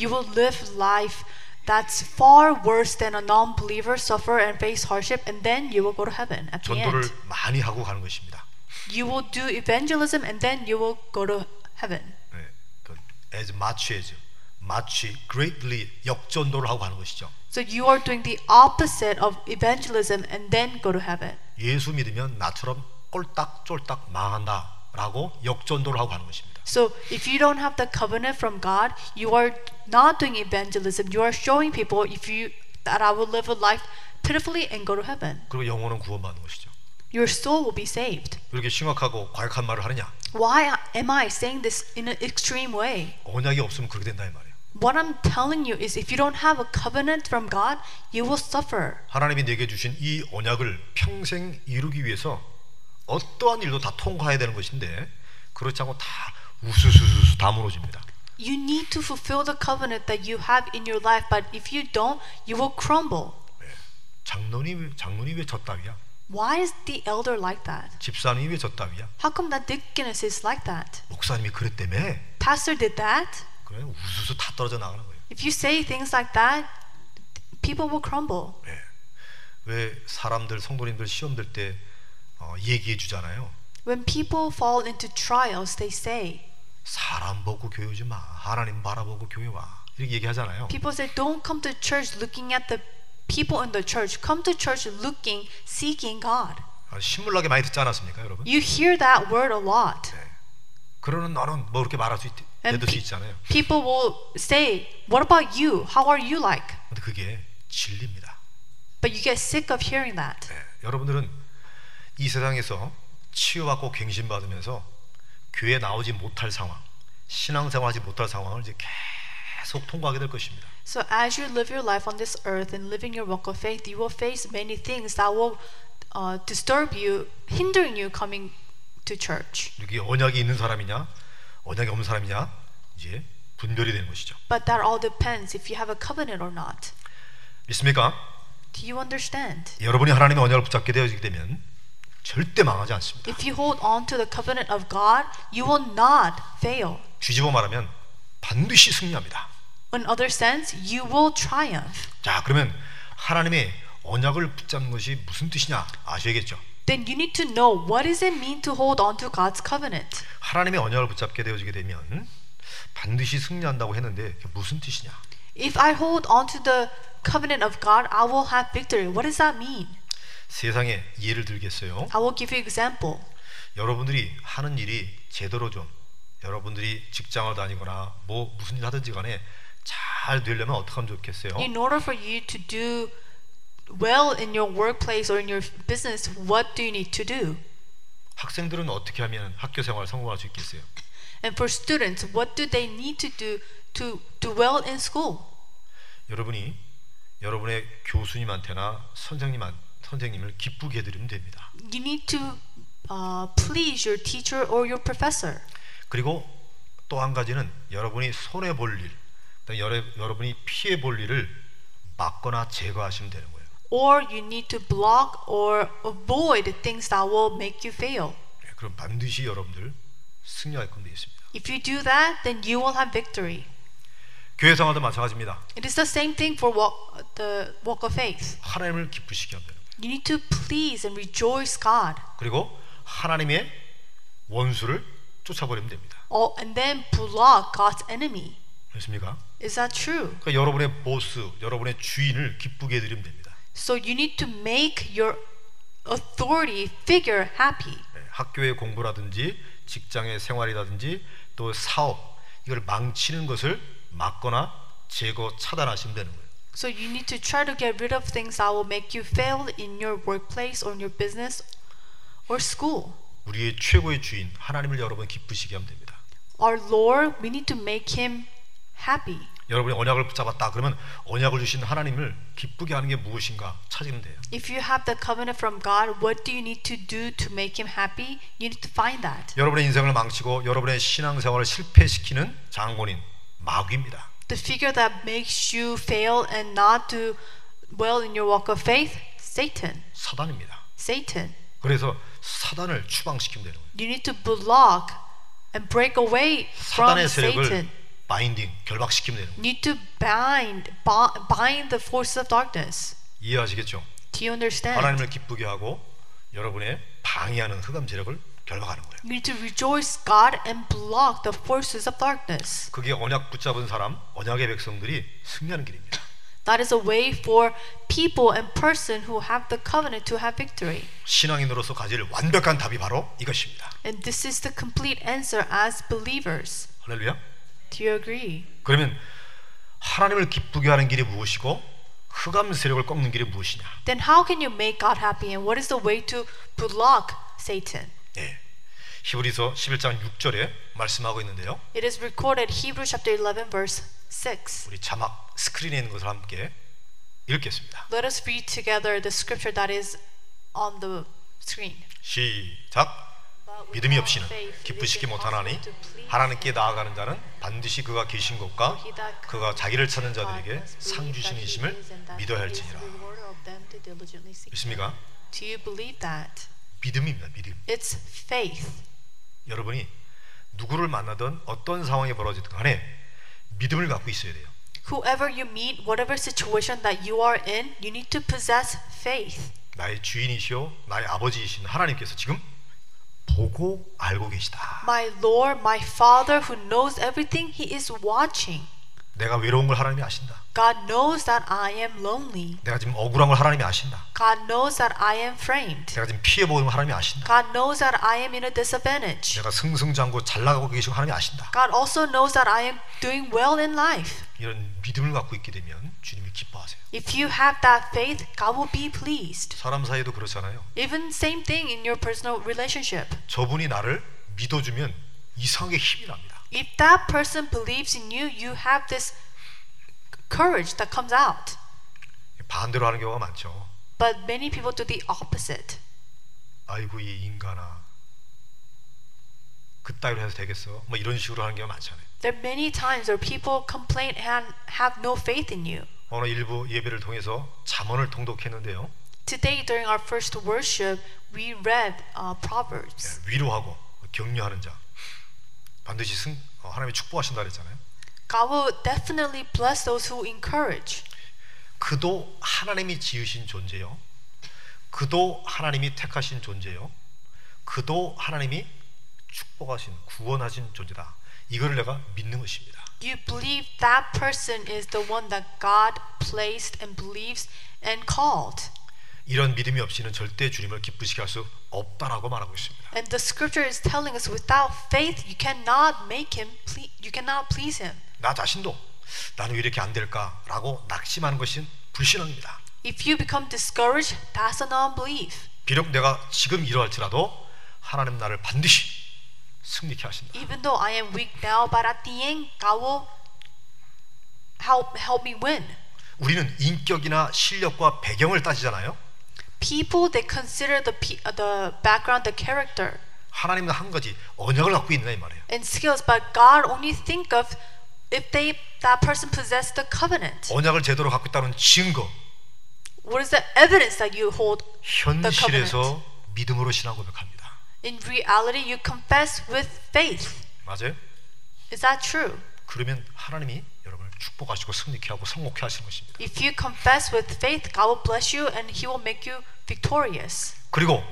Speaker 1: You will live life that's far worse than a non believer suffer and face hardship, and then you will go to heaven at the
Speaker 2: 전도를
Speaker 1: end.
Speaker 2: 많이 하고 가는 것입니다.
Speaker 1: You will do evangelism, and then you will go to heaven.
Speaker 2: 예, 그 as much as much greatly 역전도를 하고 가는 것이죠.
Speaker 1: So you are doing the opposite of evangelism and then go to heaven.
Speaker 2: 예수 믿으면 나처럼 꼴딱쫄딱 망한다라고 역전도를 하고 가는 것입니다.
Speaker 1: So if you don't have the covenant from God, you are not doing evangelism. You are showing people if you that I will live a life pitifully and go to heaven.
Speaker 2: 그리고 영혼은 구원받는 것이죠.
Speaker 1: Your soul will be saved.
Speaker 2: 왜 이렇게 심각하고 과격한 말을 하느냐?
Speaker 1: Why am I saying this in an extreme way?
Speaker 2: 언약이 없으면 그렇게 된다 이 말이에요.
Speaker 1: What I'm telling you is if you don't have a covenant from God, you will suffer.
Speaker 2: 하나님이 내게 주신 이 언약을 평생 이루기 위해서 어떠한 일도 다 통과해야 되는 것인데 그렇지 않고 다 우수수수수 다 무너집니다.
Speaker 1: You need to fulfill the covenant that you have in your life, but if you don't, you will crumble.
Speaker 2: 예. 장로님 장로님 왜 저 따위야?
Speaker 1: Why is the elder like that?
Speaker 2: 집사님이 왜 저 따위야?
Speaker 1: How come that deaconess is like that?
Speaker 2: 목사님이 그랬다며?
Speaker 1: Pastor did that.
Speaker 2: 그러면 우수수 다 떨어져 나가는 거예요.
Speaker 1: If you say things like that, people will crumble.
Speaker 2: 예. 왜 사람들 성도님들 시험 들때 어, 얘기해 주잖아요.
Speaker 1: When people fall into trials, they say,
Speaker 2: 사람 보고 교회 오지 마. 하나님 바라보고 교회 와. 이렇게 얘기하잖아요.
Speaker 1: people say, don't come to church looking at the people in the church. Come to church looking, seeking God.
Speaker 2: 아, 신물나게 많이 듣지 않았습니까, 여러분?
Speaker 1: You 해ar that word a lot.
Speaker 2: 네. 그러는 너는 뭐 그렇게 말할 수 있,
Speaker 1: And
Speaker 2: 내둘 수
Speaker 1: pe-
Speaker 2: 있잖아요.
Speaker 1: People will say, what about you? How are you like?
Speaker 2: 근데 그게 진리입니다.
Speaker 1: But you get sick of hearing that.
Speaker 2: 네. 여러분들은 이 세상에서 치유받고 갱신받으면서 교회 나오지 못할 상황, 신앙생활하지 못할 상황을 이제 계속 통과하게 될 것입니다.
Speaker 1: So as you live your life on this earth and living your walk of faith, you will face many things that will uh, disturb you, hindering you coming to church.
Speaker 2: 이게 언약이 있는 사람이냐, 언약이 없는 사람이냐 이제 분별이 되는 것이죠.
Speaker 1: But that all depends if you have a covenant or not.
Speaker 2: 믿습니까?
Speaker 1: Do you understand?
Speaker 2: 여러분이 하나님의 언약을 붙잡게 되어지게 되면 절대 망하지 않습니다.
Speaker 1: If you hold on to the covenant of God, you will not fail.
Speaker 2: 뒤집어 말하면 반드시 승리합니다.
Speaker 1: In other sense, you will triumph.
Speaker 2: 자, 그러면 하나님의 언약을 붙잡는 것이 무슨 뜻이냐 아셔야겠죠.
Speaker 1: Then you need to know what does it mean to hold on to God's covenant.
Speaker 2: 하나님의 언약을 붙잡게 되어지게 되면 반드시 승리한다고 했는데 그게 무슨 뜻이냐?
Speaker 1: If I hold on to the covenant of God, I will have victory. What does that mean?
Speaker 2: 세상에 예를 들겠어요.
Speaker 1: I will give you example.
Speaker 2: 여러분들이 하는 일이 제대로 좀 여러분들이 직장을 다니거나 뭐 무슨 일 하든지 간에 잘 되려면 어떻게 하면 좋겠어요?
Speaker 1: In order for you to do well in your workplace or in your business, what do you need to do?
Speaker 2: 학생들은 어떻게 하면 학교 생활 성공할 수 있겠어요?
Speaker 1: And for students, what do they need to do to do well in school?
Speaker 2: 여러분이 여러분의 교수님한테나 선생님한 선생님을 기쁘게 해드리면 됩니다.
Speaker 1: You need to uh, please your teacher or your professor.
Speaker 2: 그리고 또 한 가지는 여러분이 손해 볼 일, 그다음에 여러- 여러분이 피해 볼 일을 막거나 제거하시면 되는 거예요.
Speaker 1: Or you need to block or avoid things that will make you fail.
Speaker 2: 네, 그럼 반드시 여러분들 승리할끔 되어 있습니다.
Speaker 1: If you do that, then you will have victory.
Speaker 2: 교회 생활도 마찬가지입니다.
Speaker 1: It is the same thing for walk, the walk of faith.
Speaker 2: 하나님을 기쁘시게 하면 되는 거예요.
Speaker 1: You need to please and rejoice God,
Speaker 2: 그리고 하나님의 원수를 쫓아버리면 됩니다.
Speaker 1: or, and then block God's enemy.
Speaker 2: 그렇습니까?
Speaker 1: Is that true?
Speaker 2: 그러니까 여러분의 보스, 여러분의 주인을 기쁘게 해드리면 됩니다.
Speaker 1: So you need to make your authority figure happy.
Speaker 2: 네, 학교의 공부라든지 직장의 생활이라든지 또 사업 이걸 망치는 것을 막거나 제거 차단하시면 되는 거예요.
Speaker 1: So you need to try to get rid of things that will make you fail in your workplace or in your business or school.
Speaker 2: 우리의 최고의 주인 하나님을 여러분 기쁘시게 하면 됩니다.
Speaker 1: Our Lord, we need to make him happy.
Speaker 2: 여러분이 언약을 붙잡았다 그러면 언약을 주신 하나님을 기쁘게 하는 게 무엇인가 찾으면 돼요.
Speaker 1: If you have the covenant from God, what do you need to do to make him happy? You need to find that.
Speaker 2: 여러분의 인생을 망치고 여러분의 신앙생활을 실패시키는 장본인 마귀입니다.
Speaker 1: The figure that makes you fail and not do well in your walk of faith, Satan.
Speaker 2: 사단입니다.
Speaker 1: Satan.
Speaker 2: 그래서 사단을 추방시키면 되는 거예요.
Speaker 1: You need to block and break away from
Speaker 2: 사단의 세력을
Speaker 1: Satan.
Speaker 2: 바인딩 결박시키면 되는 거예요.
Speaker 1: You need to bind bi- bind the forces of darkness.
Speaker 2: 이해하시겠죠?
Speaker 1: Do you understand?
Speaker 2: 하나님을 기쁘게 하고 여러분의 방해하는 흑암 세력을 결박하는 거예요.
Speaker 1: You need to rejoice God and block the forces of darkness.
Speaker 2: 그게 언약 붙잡은 사람, 언약의 백성들이 승리하는 길입니다.
Speaker 1: That is a way for people and person who have the covenant to have victory.
Speaker 2: 신앙인으로서 가질 완벽한 답이 바로 이것입니다.
Speaker 1: And this is the complete answer as believers.
Speaker 2: 할렐루야.
Speaker 1: Do you agree?
Speaker 2: 그러면 하나님을 기쁘게 하는 길이 무엇이고 흑암 세력을 꺾는 길이 무엇이냐?
Speaker 1: Then how can you make God happy and what is the way to block Satan?
Speaker 2: 예. 히브리서 11장 6절에 말씀하고 있는데요.
Speaker 1: It is recorded Hebrews chapter 11 verse 6.
Speaker 2: 우리 자막 스크린에 있는 것을 함께 읽겠습니다.
Speaker 1: Let us read together the scripture that is on the screen.
Speaker 2: 시작. 믿음이 없이는 기쁘시기 못하나니 하나님께 나아가는 자는 반드시 그가 계신 것과 그가 자기를 찾는 자들에게 상 주심이심을 믿어야 할지니라. 믿습니까?
Speaker 1: Do you believe that?
Speaker 2: 믿음입니다. 믿음.
Speaker 1: It's faith.
Speaker 2: 여러분이 누구를 만나든 어떤 상황이 벌어지든 간에 믿음을 갖고 있어야 돼요.
Speaker 1: Whoever you meet, whatever situation that you are in, you need to possess faith.
Speaker 2: 나의 주인이시오 나의 아버지이신 하나님께서 지금 보고 알고 계시다.
Speaker 1: My Lord, my Father who knows everything, he is watching.
Speaker 2: 내가 외로운 걸 하나님이 아신다.
Speaker 1: God knows that I am lonely.
Speaker 2: 내가 지금 억울한 걸 하나님이 아신다.
Speaker 1: God knows that I am framed.
Speaker 2: 내가 지금 피해 보는 걸 하나님이 아신다.
Speaker 1: God knows that I am in a disadvantage.
Speaker 2: 내가 승승장구 잘 나가고 계신 거 하나님이 아신다.
Speaker 1: God also knows that I am doing well in life.
Speaker 2: 이런 믿음을 갖고 있게 되면 주님이 기뻐하세요.
Speaker 1: If you have that faith, God will be pleased.
Speaker 2: 사람 사이도 그렇잖아요.
Speaker 1: Even same thing in your personal relationship.
Speaker 2: 저분이 나를 믿어주면 이상하게 힘이 납니다.
Speaker 1: If that person believes in you, you have this courage that comes out.
Speaker 2: 반대로 하는 경우가 많죠.
Speaker 1: But many people do the opposite.
Speaker 2: 아이고 이 인간아 그따위로 해서 되겠어 뭐 이런 식으로 하는 경우가 많잖아요
Speaker 1: There are many times where people complain and have no faith in you.
Speaker 2: 어느 일부 예배를 통해서 잠언을 통독했는데요
Speaker 1: Today during our first worship, we read uh, Proverbs.
Speaker 2: 예, 위로하고 격려하는 자 반드시 승 어, 하나님이 축복하신다 그랬잖아요.
Speaker 1: God will definitely bless those who encourage.
Speaker 2: 그도 하나님이 지으신 존재요. 그도 하나님이 택하신 존재요. 그도 하나님이 축복하신 구원하신 존재다. 이거를 내가 믿는 것입니다.
Speaker 1: You believe that person is the one that God placed and believes and called.
Speaker 2: 이런 믿음이 없이는 절대 주님을 기쁘시게 할 수 없다라고 말하고 있습니다.
Speaker 1: And the scripture is telling us without faith you cannot make him ple- you cannot please him.
Speaker 2: 나 자신도 나는 왜 이렇게 안 될까라고 낙심하는 것은 불신앙입니다.
Speaker 1: If you become discouraged, that's an unbelief.
Speaker 2: 비록 내가 지금 이러할지라도 하나님 나를 반드시 승리케 하신다.
Speaker 1: Even though I am weak now, but at the end God will help help me win.
Speaker 2: 우리는 인격이나 실력과 배경을 따지잖아요.
Speaker 1: People they consider the pe- uh, the background, the character
Speaker 2: 하나님은 한 가지 언약을 갖고 있느냐 이 말이에요.
Speaker 1: and skills, but God only think of if they that person possess the covenant.
Speaker 2: 언약을 제대로 갖고 있다는 증거.
Speaker 1: What is the evidence that you hold the covenant?
Speaker 2: 현실에서 믿음으로 신앙 고백합니다.
Speaker 1: In reality, you confess with faith.
Speaker 2: 맞아요?
Speaker 1: Is that true?
Speaker 2: 그러면 하나님이 여러분을 축복하시고 승리케 하고 성목케 하시는 것입니다.
Speaker 1: If you confess with faith, God will bless you and He will make you victorious.
Speaker 2: 그리고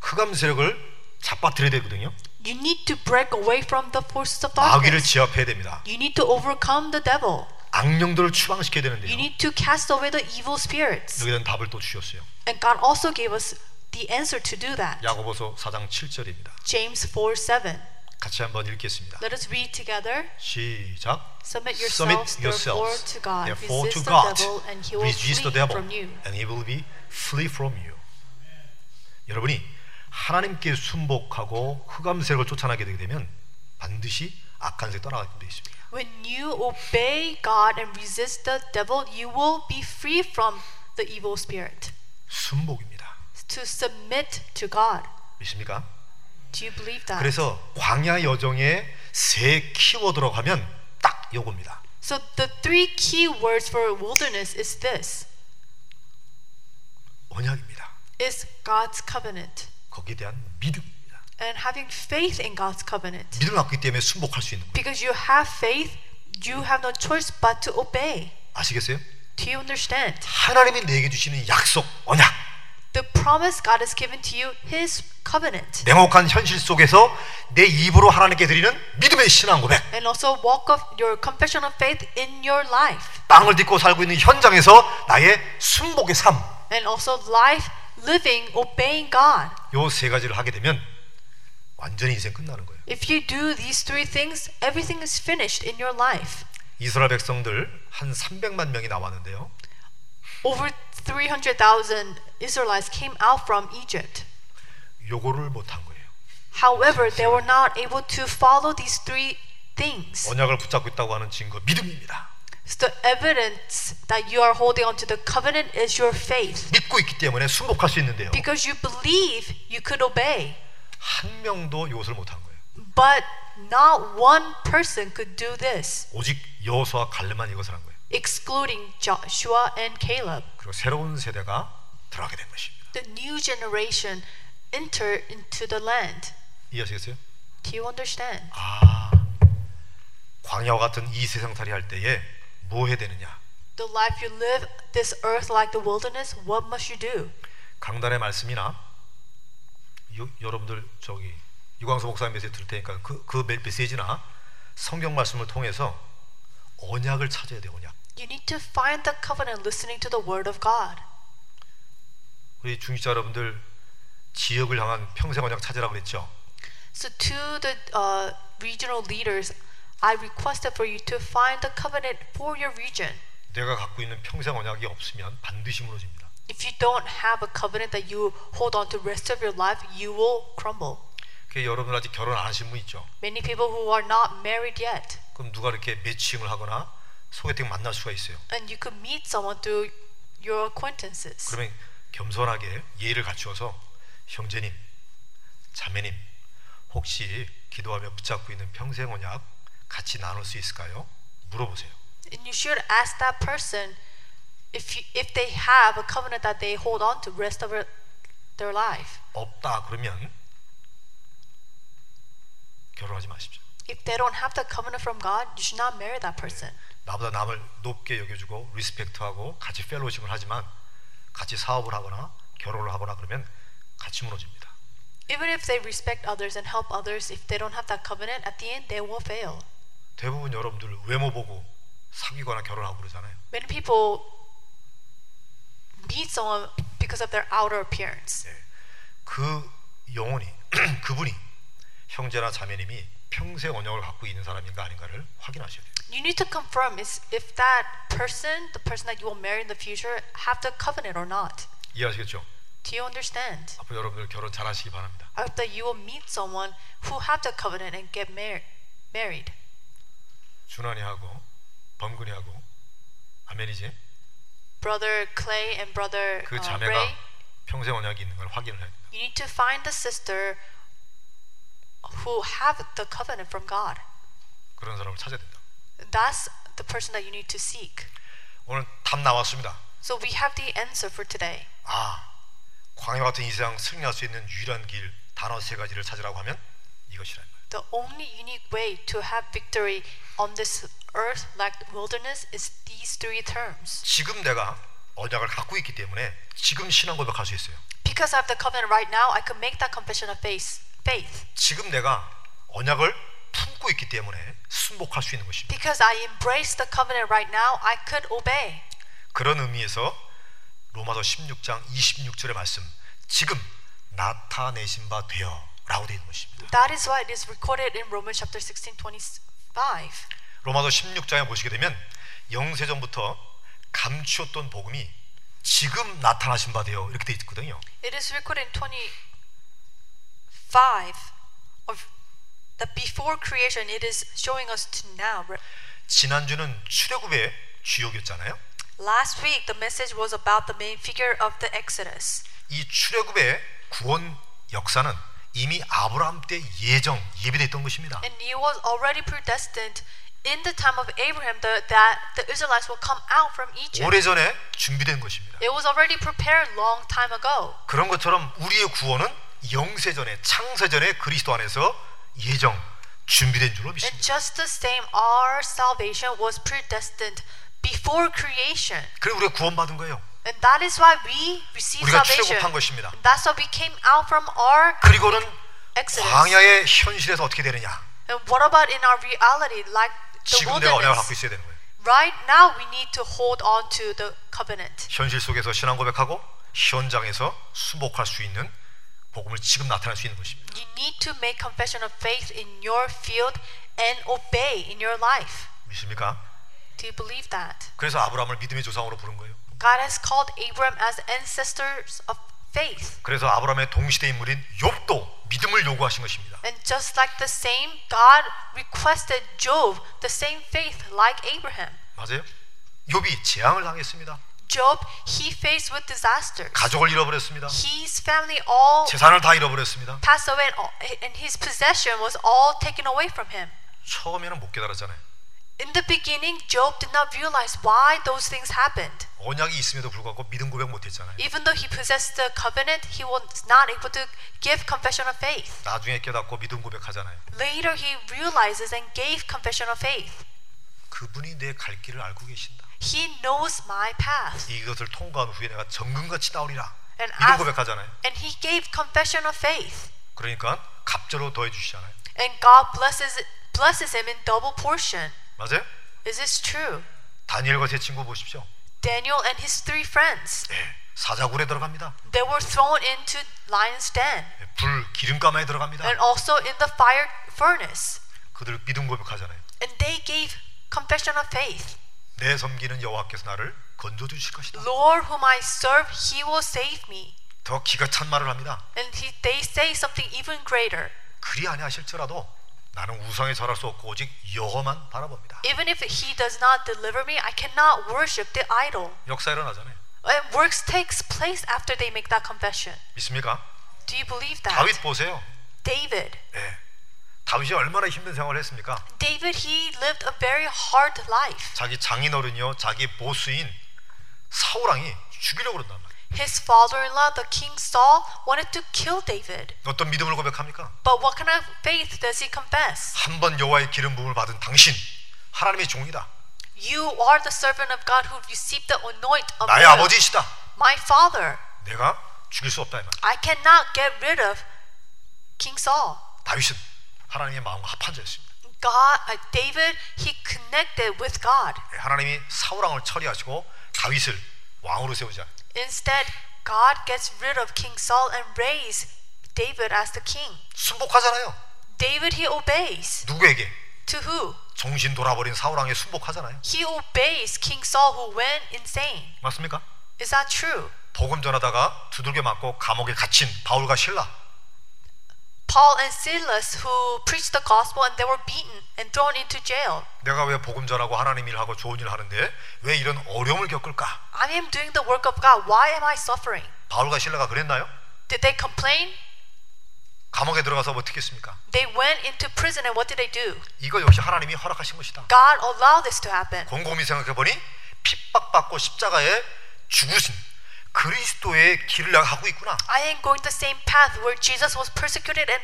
Speaker 2: 흑암 세력을 잡아들여야 되거든요.
Speaker 1: You need to break away from the forces of
Speaker 2: 마귀를
Speaker 1: darkness.
Speaker 2: 제압해야 됩니다.
Speaker 1: You need to overcome the devil.
Speaker 2: 악령들을 추방시켜야
Speaker 1: You
Speaker 2: 되는데요.
Speaker 1: need to cast away the evil spirits.
Speaker 2: 여기에 대한 답을 또 주셨어요.
Speaker 1: And God also gave us the answer to do that.
Speaker 2: 야고보서 4장 7절입니다.
Speaker 1: James 4 7.
Speaker 2: 같이 한번 읽겠습니다.
Speaker 1: Let us read together.
Speaker 2: 시작.
Speaker 1: Submit yourselves,
Speaker 2: Submit
Speaker 1: therefore,
Speaker 2: yourselves
Speaker 1: to God.
Speaker 2: therefore to
Speaker 1: Resist the
Speaker 2: God.
Speaker 1: devil, and he will
Speaker 2: Resist the
Speaker 1: flee
Speaker 2: devil,
Speaker 1: from you.
Speaker 2: and he will be flee from you. 여러분이 하나님께 순복하고 흑암 세력을 쫓아나게 되게 되면 반드시 악한 세력 따라가게 되어 있습니다.
Speaker 1: When you obey God and resist the devil, you will be free from the evil spirit.
Speaker 2: 순복입니다.
Speaker 1: To submit to God.
Speaker 2: 믿습니까?
Speaker 1: Do you believe that?
Speaker 2: 그래서 광야 여정의 세 키워드라고 하면 딱 요겁니다.
Speaker 1: So the three key words for wilderness is this:
Speaker 2: 언약입니다.
Speaker 1: is God's covenant
Speaker 2: 거기에 대한 믿음입니다.
Speaker 1: and having faith in God's covenant.
Speaker 2: 믿음을 갖기 때문에 순복할 수 있는 거예요.
Speaker 1: Because you have faith, you have no choice but to obey.
Speaker 2: 아시겠어요?
Speaker 1: Do you understand?
Speaker 2: 하나님이 내게 주시는 약속, 언약.
Speaker 1: The promise God has given to you, His covenant,
Speaker 2: 냉혹한 현실 속에서 내 입으로 하나님께 드리는 믿음의 신앙 고백.
Speaker 1: and also walk of your confession of faith in your life,
Speaker 2: 땅을 딛고 살고 있는 현장에서 나의 순복의 삶.
Speaker 1: and also life living, obeying God.
Speaker 2: 요 세 가지를 하게 되면 완전히 인생 끝나는 거예요.
Speaker 1: If you do these three things, everything is finished in your life.
Speaker 2: 이스라엘 백성들 한 300만 명이 나왔는데요.
Speaker 1: Over 300,000 Israelites came out from Egypt.
Speaker 2: 요거를 못한 거예요.
Speaker 1: However, they were not able to follow these three things.
Speaker 2: 언약을 붙잡고 있다고 하는 증거 믿음입니다.
Speaker 1: So the evidence that you are holding onto the covenant is your faith.
Speaker 2: 믿고 있기 때문에 순복할 수 있는데요.
Speaker 1: Because you believe, you could obey.
Speaker 2: 한 명도 이것을 못한 거예요.
Speaker 1: But not one person could do this,
Speaker 2: 오직 여호수아 갈렙만 이것을 한 거예요.
Speaker 1: excluding Joshua and Caleb.
Speaker 2: 그리고 새로운 세대가 들어가게 된 것입니다.
Speaker 1: The new generation entered into the land.
Speaker 2: 이해하시겠어요?
Speaker 1: Do you understand?
Speaker 2: 아, 광야와 같은 이 세상 살이 할 때에 뭐 해야 되느냐?
Speaker 1: The life you live, this earth like the wilderness, what must you do?
Speaker 2: 강단의 말씀이나 요- 여러분들 저기 유광수 목사님 메시지 들을 테니까 그, 그 메- 메시지나 성경 말씀을 통해서 언약을 찾아야 돼요 언약
Speaker 1: You need to find the covenant listening to the word of God.
Speaker 2: 우리 중직자 여러분들 지역을 향한 평생 언약 찾으라고 그랬죠
Speaker 1: So to the uh, regional leaders, I requested for you to find the covenant for your region.
Speaker 2: 내가 갖고 있는 평생 언약이 없으면 반드시 무너집니다
Speaker 1: If you don't have a covenant that you hold on to rest of your life, you will crumble.
Speaker 2: 그 여러분들 아직 결혼 안 하신 분 있죠
Speaker 1: Many people who are not married yet,
Speaker 2: 그럼 누가 이렇게 매칭을 하거나 소개팅 만날 수가 있어요
Speaker 1: and you could meet someone through your acquaintances.
Speaker 2: 그러면 겸손하게 예의를 갖추어서 형제님, 자매님, 혹시 기도하며 붙잡고 있는 평생 언약 같이 나눌 수 있을까요? 물어보세요.
Speaker 1: And you should ask that person, if you, if they have a covenant that they hold on to rest of their- their life.
Speaker 2: 없다 그러면 결혼하지 마십시오.
Speaker 1: If they don't have the covenant from God, you should not marry that person.
Speaker 2: 나보다 남을 높게 여겨주고 리스펙트하고 같이 펠로우십을 하지만 같이 사업을 하거나 결혼을 하거나 그러면 같이 무너집니다.
Speaker 1: Even if they respect others and help others, if they don't have that covenant, at the end they will fail.
Speaker 2: 대부분 여러분들 외모 보고 사귀거나 결혼하고 그러잖아요.
Speaker 1: Many people meet someone because of their outer appearance.
Speaker 2: 예. 그 영혼이 [CLEARS THROAT] 그분이 형제나 자매님이 평생 언약을 갖고 있는 사람인가 아닌가를 확인하셔야 돼요.
Speaker 1: You need to confirm is if that person, the person that you will marry in the future, have the covenant or not.
Speaker 2: 이해하시겠죠?
Speaker 1: Do you understand?
Speaker 2: 앞으로 여러분들 결혼 잘하시기 바랍니다.
Speaker 1: I hope that you will meet someone who have the covenant and get mar- married.
Speaker 2: 준환이 하고 범근이 하고 아멘이지.
Speaker 1: Brother Clay and brother
Speaker 2: 그
Speaker 1: uh,
Speaker 2: 자매가
Speaker 1: Ray,
Speaker 2: 평생 언약이 있는 걸 확인을 해야 돼요.
Speaker 1: you need to find the sister who have the covenant from God.
Speaker 2: 그런 사람을 찾아야 된다.
Speaker 1: That's the person that you need to seek.
Speaker 2: 오늘 답 나왔습니다.
Speaker 1: So we have the answer for today.
Speaker 2: 아, 광야 같은 이 세상 승리할 수 있는 유일한 길 단어 세 가지를 찾으라고 하면 이것이란 말이에요.
Speaker 1: The only unique way to have victory on this earth like the wilderness is these three terms.
Speaker 2: 지금 내가 언약을 갖고 있기 때문에 지금 신앙 고백할 수 있어요.
Speaker 1: Because I have the covenant right now, I can make that confession of faith. Faith.
Speaker 2: 지금 내가 언약을 품고 있기 때문에 순복할 수 있는 것입니다.
Speaker 1: Because I embrace the covenant right now, I could obey.
Speaker 2: 그런 의미에서 로마서 16장 26절의 말씀 지금 나타내신 바 되어라고 되어 있는 것입니다.
Speaker 1: That is why it is recorded in Romans chapter 16, 25.
Speaker 2: 로마서 16장에 보시게 되면 영세전부터 감추었던 복음이 지금 나타나신 바 되어 이렇게 되어 있거든요.
Speaker 1: It is recorded in 25 of that before creation, it is showing us to now.
Speaker 2: 지난주는 출애굽의 주역이었잖아요.
Speaker 1: Last week, the message was about the main figure of the Exodus.
Speaker 2: 이 출애굽의 구원 역사는 이미 아브라함 때 예정 예비됐던 것입니다.
Speaker 1: And it was already predestined in the time of Abraham the, that the Israelites will come out from Egypt.
Speaker 2: 오래전에 준비된 것입니다.
Speaker 1: It was already prepared long time ago.
Speaker 2: 그런 것처럼 우리의 구원은 영세전에 창세전에 그리스도 안에서 예정 준비된 줄로
Speaker 1: And
Speaker 2: 믿습니다.
Speaker 1: just the same, our salvation was predestined before creation.
Speaker 2: 그래 우리가 구원받은 거예요.
Speaker 1: And that is why we received
Speaker 2: 우리가
Speaker 1: salvation.
Speaker 2: 출애굽한 것입니다.
Speaker 1: That's why we came out from our
Speaker 2: 그리고는
Speaker 1: Exodus.
Speaker 2: 광야의 현실에서 어떻게 되느냐?
Speaker 1: And what about in our reality, like the
Speaker 2: 지금 내가 언약을
Speaker 1: wilderness?
Speaker 2: 갖고 있어야 되는 거예요.
Speaker 1: Right now, we need to hold on to the covenant.
Speaker 2: 현실 속에서 신앙 고백하고 현장에서 순복할 수 있는 복음을 지금 나타낼 수 있는 것입니다.
Speaker 1: You need to make confession of faith in your field and obey in your life.
Speaker 2: 믿습니까?
Speaker 1: Do you believe that?
Speaker 2: 그래서 아브라함을 믿음의 조상으로 부른 거예요.
Speaker 1: God has called Abram as ancestors of faith.
Speaker 2: 그래서 아브라함의 동시대 인물인 욥도 믿음을 요구하신 것입니다.
Speaker 1: And just like the same, God requested Job the same faith like Abraham.
Speaker 2: 맞아요? 욥이 재앙을 당했습니다.
Speaker 1: Job, he faced with disasters.
Speaker 2: 가족을 잃어버렸습니다.
Speaker 1: His family all
Speaker 2: 재산을 다 잃어버렸습니다.
Speaker 1: passed away and, all, and his possession was all taken away from him.
Speaker 2: 처음에는 못 깨달았잖아요.
Speaker 1: In the beginning, Job did not realize why those things happened.
Speaker 2: 언약이 있음에도 불구하고 믿음 고백 못 했잖아요.
Speaker 1: Even though he possessed the covenant, he was not able to give confession of faith.
Speaker 2: 나중에 깨닫고 믿음 고백하잖아요.
Speaker 1: Later, he realizes and gave confession of faith.
Speaker 2: 그분이 내 갈 길을 알고 계신다.
Speaker 1: He knows my path.
Speaker 2: 이것을 통과한 후에 내가 정금같이 나오리라.
Speaker 1: And,
Speaker 2: 믿음
Speaker 1: af-
Speaker 2: 고백하잖아요.
Speaker 1: and he gave confession of faith.
Speaker 2: 그러니까 갑절로 더해 주시잖아요.
Speaker 1: And God blesses, blesses him in double portion.
Speaker 2: 맞아요?
Speaker 1: Is this true?
Speaker 2: 다니엘과 제 친구 보십시오.
Speaker 1: Daniel and his three friends,
Speaker 2: 네, 사자굴에 들어갑니다.
Speaker 1: they were thrown into lion's den
Speaker 2: 네, 불 기름감에 들어갑니다.
Speaker 1: and also in the fire furnace.
Speaker 2: 그들 믿음 고백하잖아요.
Speaker 1: And they gave confession of faith.
Speaker 2: 내 섬기는 여호와께서 나를 건져 주실 것이다.
Speaker 1: Lord, whom I serve, he will save me.
Speaker 2: 더 기가 찬 말을 합니다.
Speaker 1: And he, they say something even greater.
Speaker 2: 그리 아니하실지라도 나는 우상에 절할 수 없고 오직 여호만 바라봅니다.
Speaker 1: Even if he does not deliver me, I cannot worship the idol.
Speaker 2: 역사 일어나잖아요.
Speaker 1: And works takes place after they make that confession.
Speaker 2: 믿습니까?
Speaker 1: Do you believe that?
Speaker 2: 다윗 보세요.
Speaker 1: David.
Speaker 2: 예. 다윗이 얼마나 힘든 생활을 했습니까?
Speaker 1: David, he lived a very hard life.
Speaker 2: 자기 장인어른이요, 자기 보스인 사울왕이 죽이려고 그런단 말이에요.
Speaker 1: His father-in-law, the king Saul, wanted to kill David.
Speaker 2: 어떤 믿음을 고백합니까?
Speaker 1: But what kind of faith does he confess?
Speaker 2: 한 번 여호와의 기름 부음을 받은 당신 하나님의 종이다.
Speaker 1: You are the servant of God who received the anoint of
Speaker 2: 나의
Speaker 1: God.
Speaker 2: 아버지이시다.
Speaker 1: My father.
Speaker 2: 내가 죽일 수 없다 이 말.
Speaker 1: I cannot get rid of King Saul.
Speaker 2: 다윗은 하나님의 마음과 합한 자였습니다.
Speaker 1: God, uh, David, he connected with God.
Speaker 2: 예, 하나님이 사울왕을 처리하시고 다윗을 왕으로 세우지 않아요.
Speaker 1: Instead, God gets rid of King Saul and raise David as the king.
Speaker 2: 순복하잖아요.
Speaker 1: David, he obeys.
Speaker 2: 누구에게?
Speaker 1: To who?
Speaker 2: 정신 돌아버린 사울왕에 순복하잖아요.
Speaker 1: He obeys King Saul who went insane.
Speaker 2: 맞습니까?
Speaker 1: Is that true?
Speaker 2: 복음 전하다가 두들겨 맞고 감옥에 갇힌 바울과 신라
Speaker 1: Paul and Silas who preached the gospel and they were beaten and thrown into jail.
Speaker 2: 내가 왜 복음 전하고 하나님 일하고 좋은 일 하는데 왜 이런 어려움을 겪을까?
Speaker 1: I am doing the work of God. Why am I suffering?
Speaker 2: 바울과 신라가 그랬나요?
Speaker 1: Did they complain?
Speaker 2: 감옥에 들어가서 어떻게 했습니까?
Speaker 1: They went into prison and what did they do?
Speaker 2: 이거 역시 하나님이 허락하신 것이다.
Speaker 1: God allowed this to happen.
Speaker 2: 곰곰이 생각해보니 핍박받고 십자가에 죽으신 그리스도의 길을 하고 있구나.
Speaker 1: I am going the same path where Jesus was persecuted and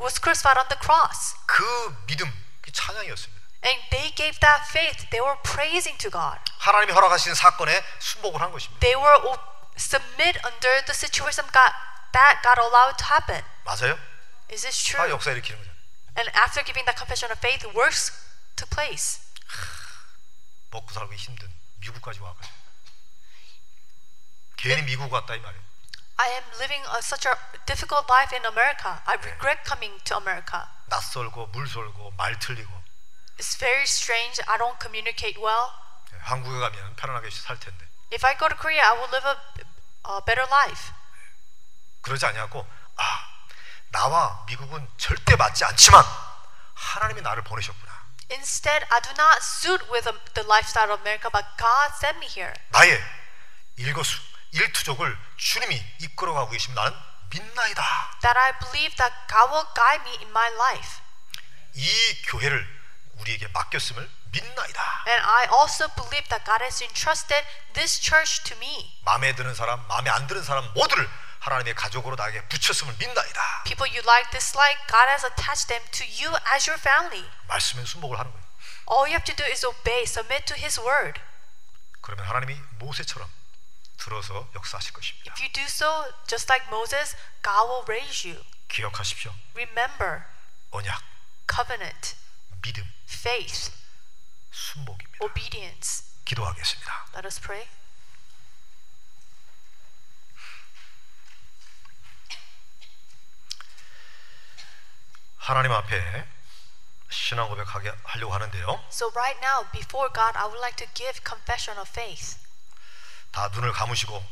Speaker 1: was crucified on the cross.
Speaker 2: 그 믿음, 그 찬양이었습니다.
Speaker 1: And they gave that faith. They were praising to God.
Speaker 2: 하나님이 허락하신 사건에 순복을 한 것입니다.
Speaker 1: They were o- submit under the situation God that God allowed to happen.
Speaker 2: 맞아요?
Speaker 1: Is this
Speaker 2: 다
Speaker 1: true?
Speaker 2: 역사 일으키는 거죠.
Speaker 1: And after giving that confession of faith, works took place.
Speaker 2: 먹고 살기 힘든 미국까지 와가지고 괜히 미국 왔다 이 말이에요.
Speaker 1: I am living a, such a difficult life in America. I regret coming to America.
Speaker 2: 낯설고 물설고 말 틀리고
Speaker 1: It's very strange. I don't communicate well.
Speaker 2: 예, 한국에 가면 편안하게 살 텐데
Speaker 1: If I go to Korea, I will live a, a better life.
Speaker 2: 그러지 아니하고 아 나와 미국은 절대 맞지 않지만 하나님이 나를 보내셨구나.
Speaker 1: Instead, I do not suit with um, the lifestyle of America, but God sent me here.
Speaker 2: 나의 일거수 일투족을 주님이 이끌어가고 계시면 나는 믿나이다.
Speaker 1: That I believe that God will guide me in my life.
Speaker 2: 이 교회를 우리에게 맡겼음을 믿나이다.
Speaker 1: And I also believe that God has entrusted this church to me.
Speaker 2: 마음에 드는 사람, 마음에 안 드는 사람 모두를 하나님의 가족으로 나에게 붙였음을 믿나이다.
Speaker 1: People you like, dislike, God has attached them to you as your family.
Speaker 2: 말씀에 순복을 하는 거예요.
Speaker 1: All you have to do is obey, submit to His word.
Speaker 2: 그러면 하나님이 모세처럼 들어서 역사하실 것입니다.
Speaker 1: If you do so, just like Moses, God will raise you.
Speaker 2: 기억하십시오.
Speaker 1: Remember,
Speaker 2: 언약,
Speaker 1: covenant,
Speaker 2: 믿음,
Speaker 1: faith,
Speaker 2: 순복입니다.
Speaker 1: obedience.
Speaker 2: 기도하겠습니다.
Speaker 1: Let us pray.
Speaker 2: 하나님 앞에 신앙 고백하게 하려고 하는데요.
Speaker 1: So right now, before God, I would like to give confession of faith.
Speaker 2: 다 눈을 감으시고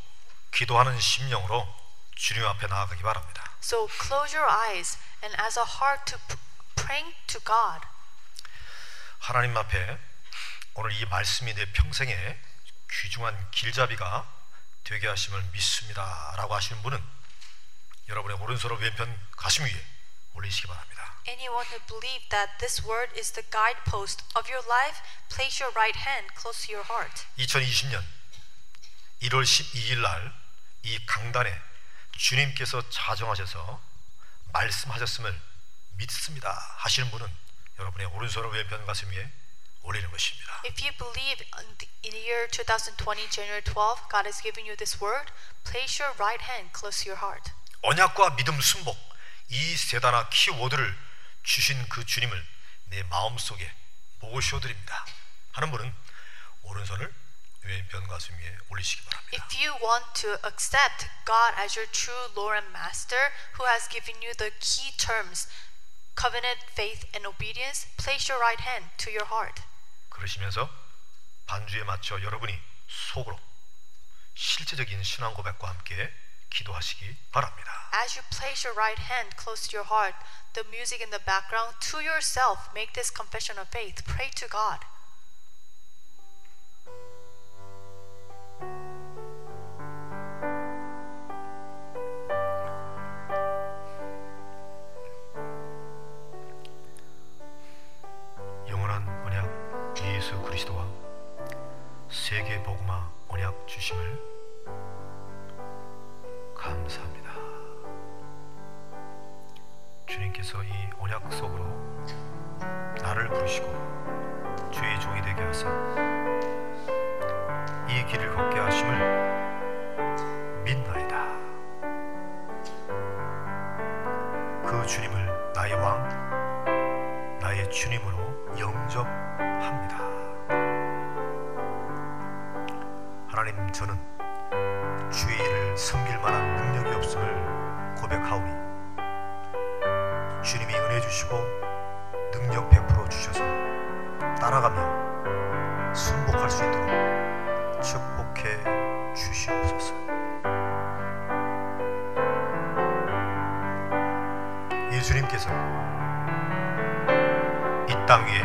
Speaker 2: 기도하는 심령으로 주님 앞에 나아가기 바랍니다.
Speaker 1: So close your eyes and as a heart to p- praying to God.
Speaker 2: 하나님 앞에 오늘 이 말씀이 내 평생에 귀중한 길잡이가 되게 하심을 믿습니다라고 하시는 분은 여러분의 오른손을 왼편 가슴 위에 올리시기 바랍니다.
Speaker 1: Anyone who believes that this word is the guidepost of your life, place your right hand close to your heart.
Speaker 2: 2020년 1월 12일 날 이 강단에 주님께서 자정하셔서 말씀하셨음을 믿습니다 하시는 분은 여러분의 오른손을 왼편 가슴 위에 올리는 것입니다.
Speaker 1: If you believe in the in the year 2020, January 12, God has given you this word, place your right hand close to your heart.
Speaker 2: 언약과 믿음 순복 이 세단아 키워드를 주신 그 주님을 내 마음속에 모셔드립니다 하는 분은 오른손을 왼편 가슴 위에 올리시기 바랍니다
Speaker 1: If you want to accept God as your true Lord and Master, who has given you the key terms covenant, faith, and obedience, place your right hand to your heart.
Speaker 2: 그러시면서 반주에 맞춰 여러분이 속으로 실제적인 신앙 고백과 함께 기도하시기 바랍니다
Speaker 1: As you place your right hand close to your heart, the music in the background, to yourself, make this confession of faith. Pray to God.
Speaker 2: 영원한 언약 예수 그리스도와 세계 복음화 언약 주심을 감사합니다. 주님께서 이 언약 속으로 나를 부르시고 주의 종이 되게 하사 이 길을 걷게 하심을 믿나이다. 그 주님을 나의 왕, 나의 주님으로 영접합니다. 하나님, 저는 주의 일을 섬길 만한 능력이 없음을 고백하오니 주님이 은혜 주시고 능력 베풀어 주셔서 따라가며 순복할 수 있도록 축복해 주시옵소서. 예수님께서 이 땅 위에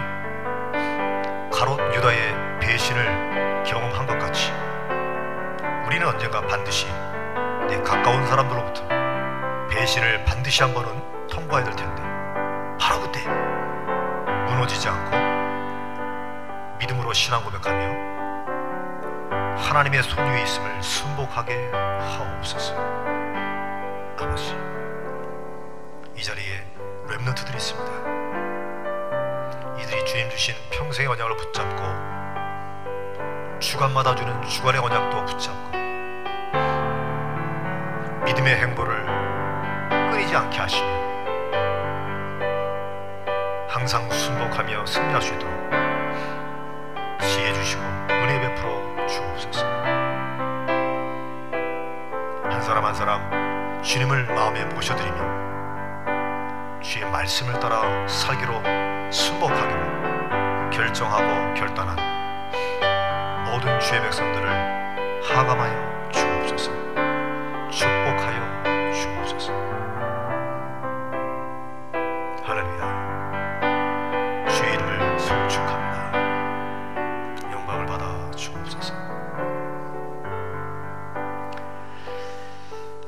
Speaker 2: 가롯 유다의 배신을 경험한 것 같이 우리는 언젠가 반드시 내 가까운 사람들로부터 배신을 반드시 한 번은 통과해야 될 텐데 바로 그때 무너지지 않고 믿음으로 신앙 고백하며 하나님의 손 위에 있음을 순복하게 하옵소서 아버지 이 자리에 랩런트들이 있습니다. 이들이 주님 주신 평생의 언약을 붙잡고 주간마다 주는 주간의 언약도 붙잡고 믿음의 행보를 끊이지 않게 하시며 항상 순복하며 승리할 수 있도록 시해 주시고 은혜 베풀어 주옵소서. 한 사람 한 사람 주님을 마음에 모셔드리며 주의 말씀을 따라 살기로 순복하기로 결정하고 결단한 모든 주의 백성들을 하감하여 주옵소서 축복하여 주옵소서 할렐루야 주의 이름을 송축합니다 영광을 받아 주옵소서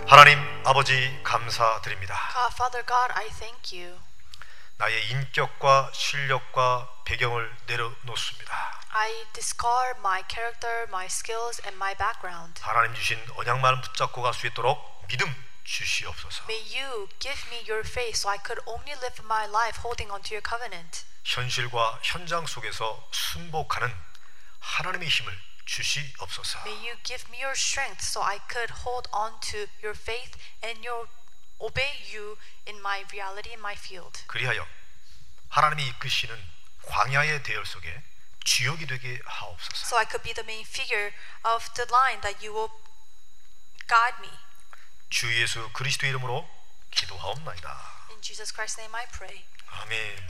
Speaker 2: 하나님 아버지 감사드립니다
Speaker 1: God, Ah, Father God, I thank you.
Speaker 2: 나의 인격과 실력과 배경을 내려놓습니다.
Speaker 1: I discard my character, my skills, and my background.
Speaker 2: 하나님 주신 언약만 붙잡고 갈 수 있도록 믿음 주시옵소서.
Speaker 1: May you give me your faith so I could only live my life holding onto your covenant.
Speaker 2: 현실과 현장 속에서 순복하는 하나님의 힘을 주시옵소서.
Speaker 1: May you give me your strength so I could hold on to your faith and your obey you in my reality in my field.
Speaker 2: 그리하여 하나님이 이끄시는 광야의 대열 속에 주역이 되게 하옵소서.
Speaker 1: So I could be the main figure of the line that you will guide me.
Speaker 2: 주 예수 그리스도 의 이름으로 기도하옵나이다.
Speaker 1: In Jesus Christ's name I pray.
Speaker 2: 아멘.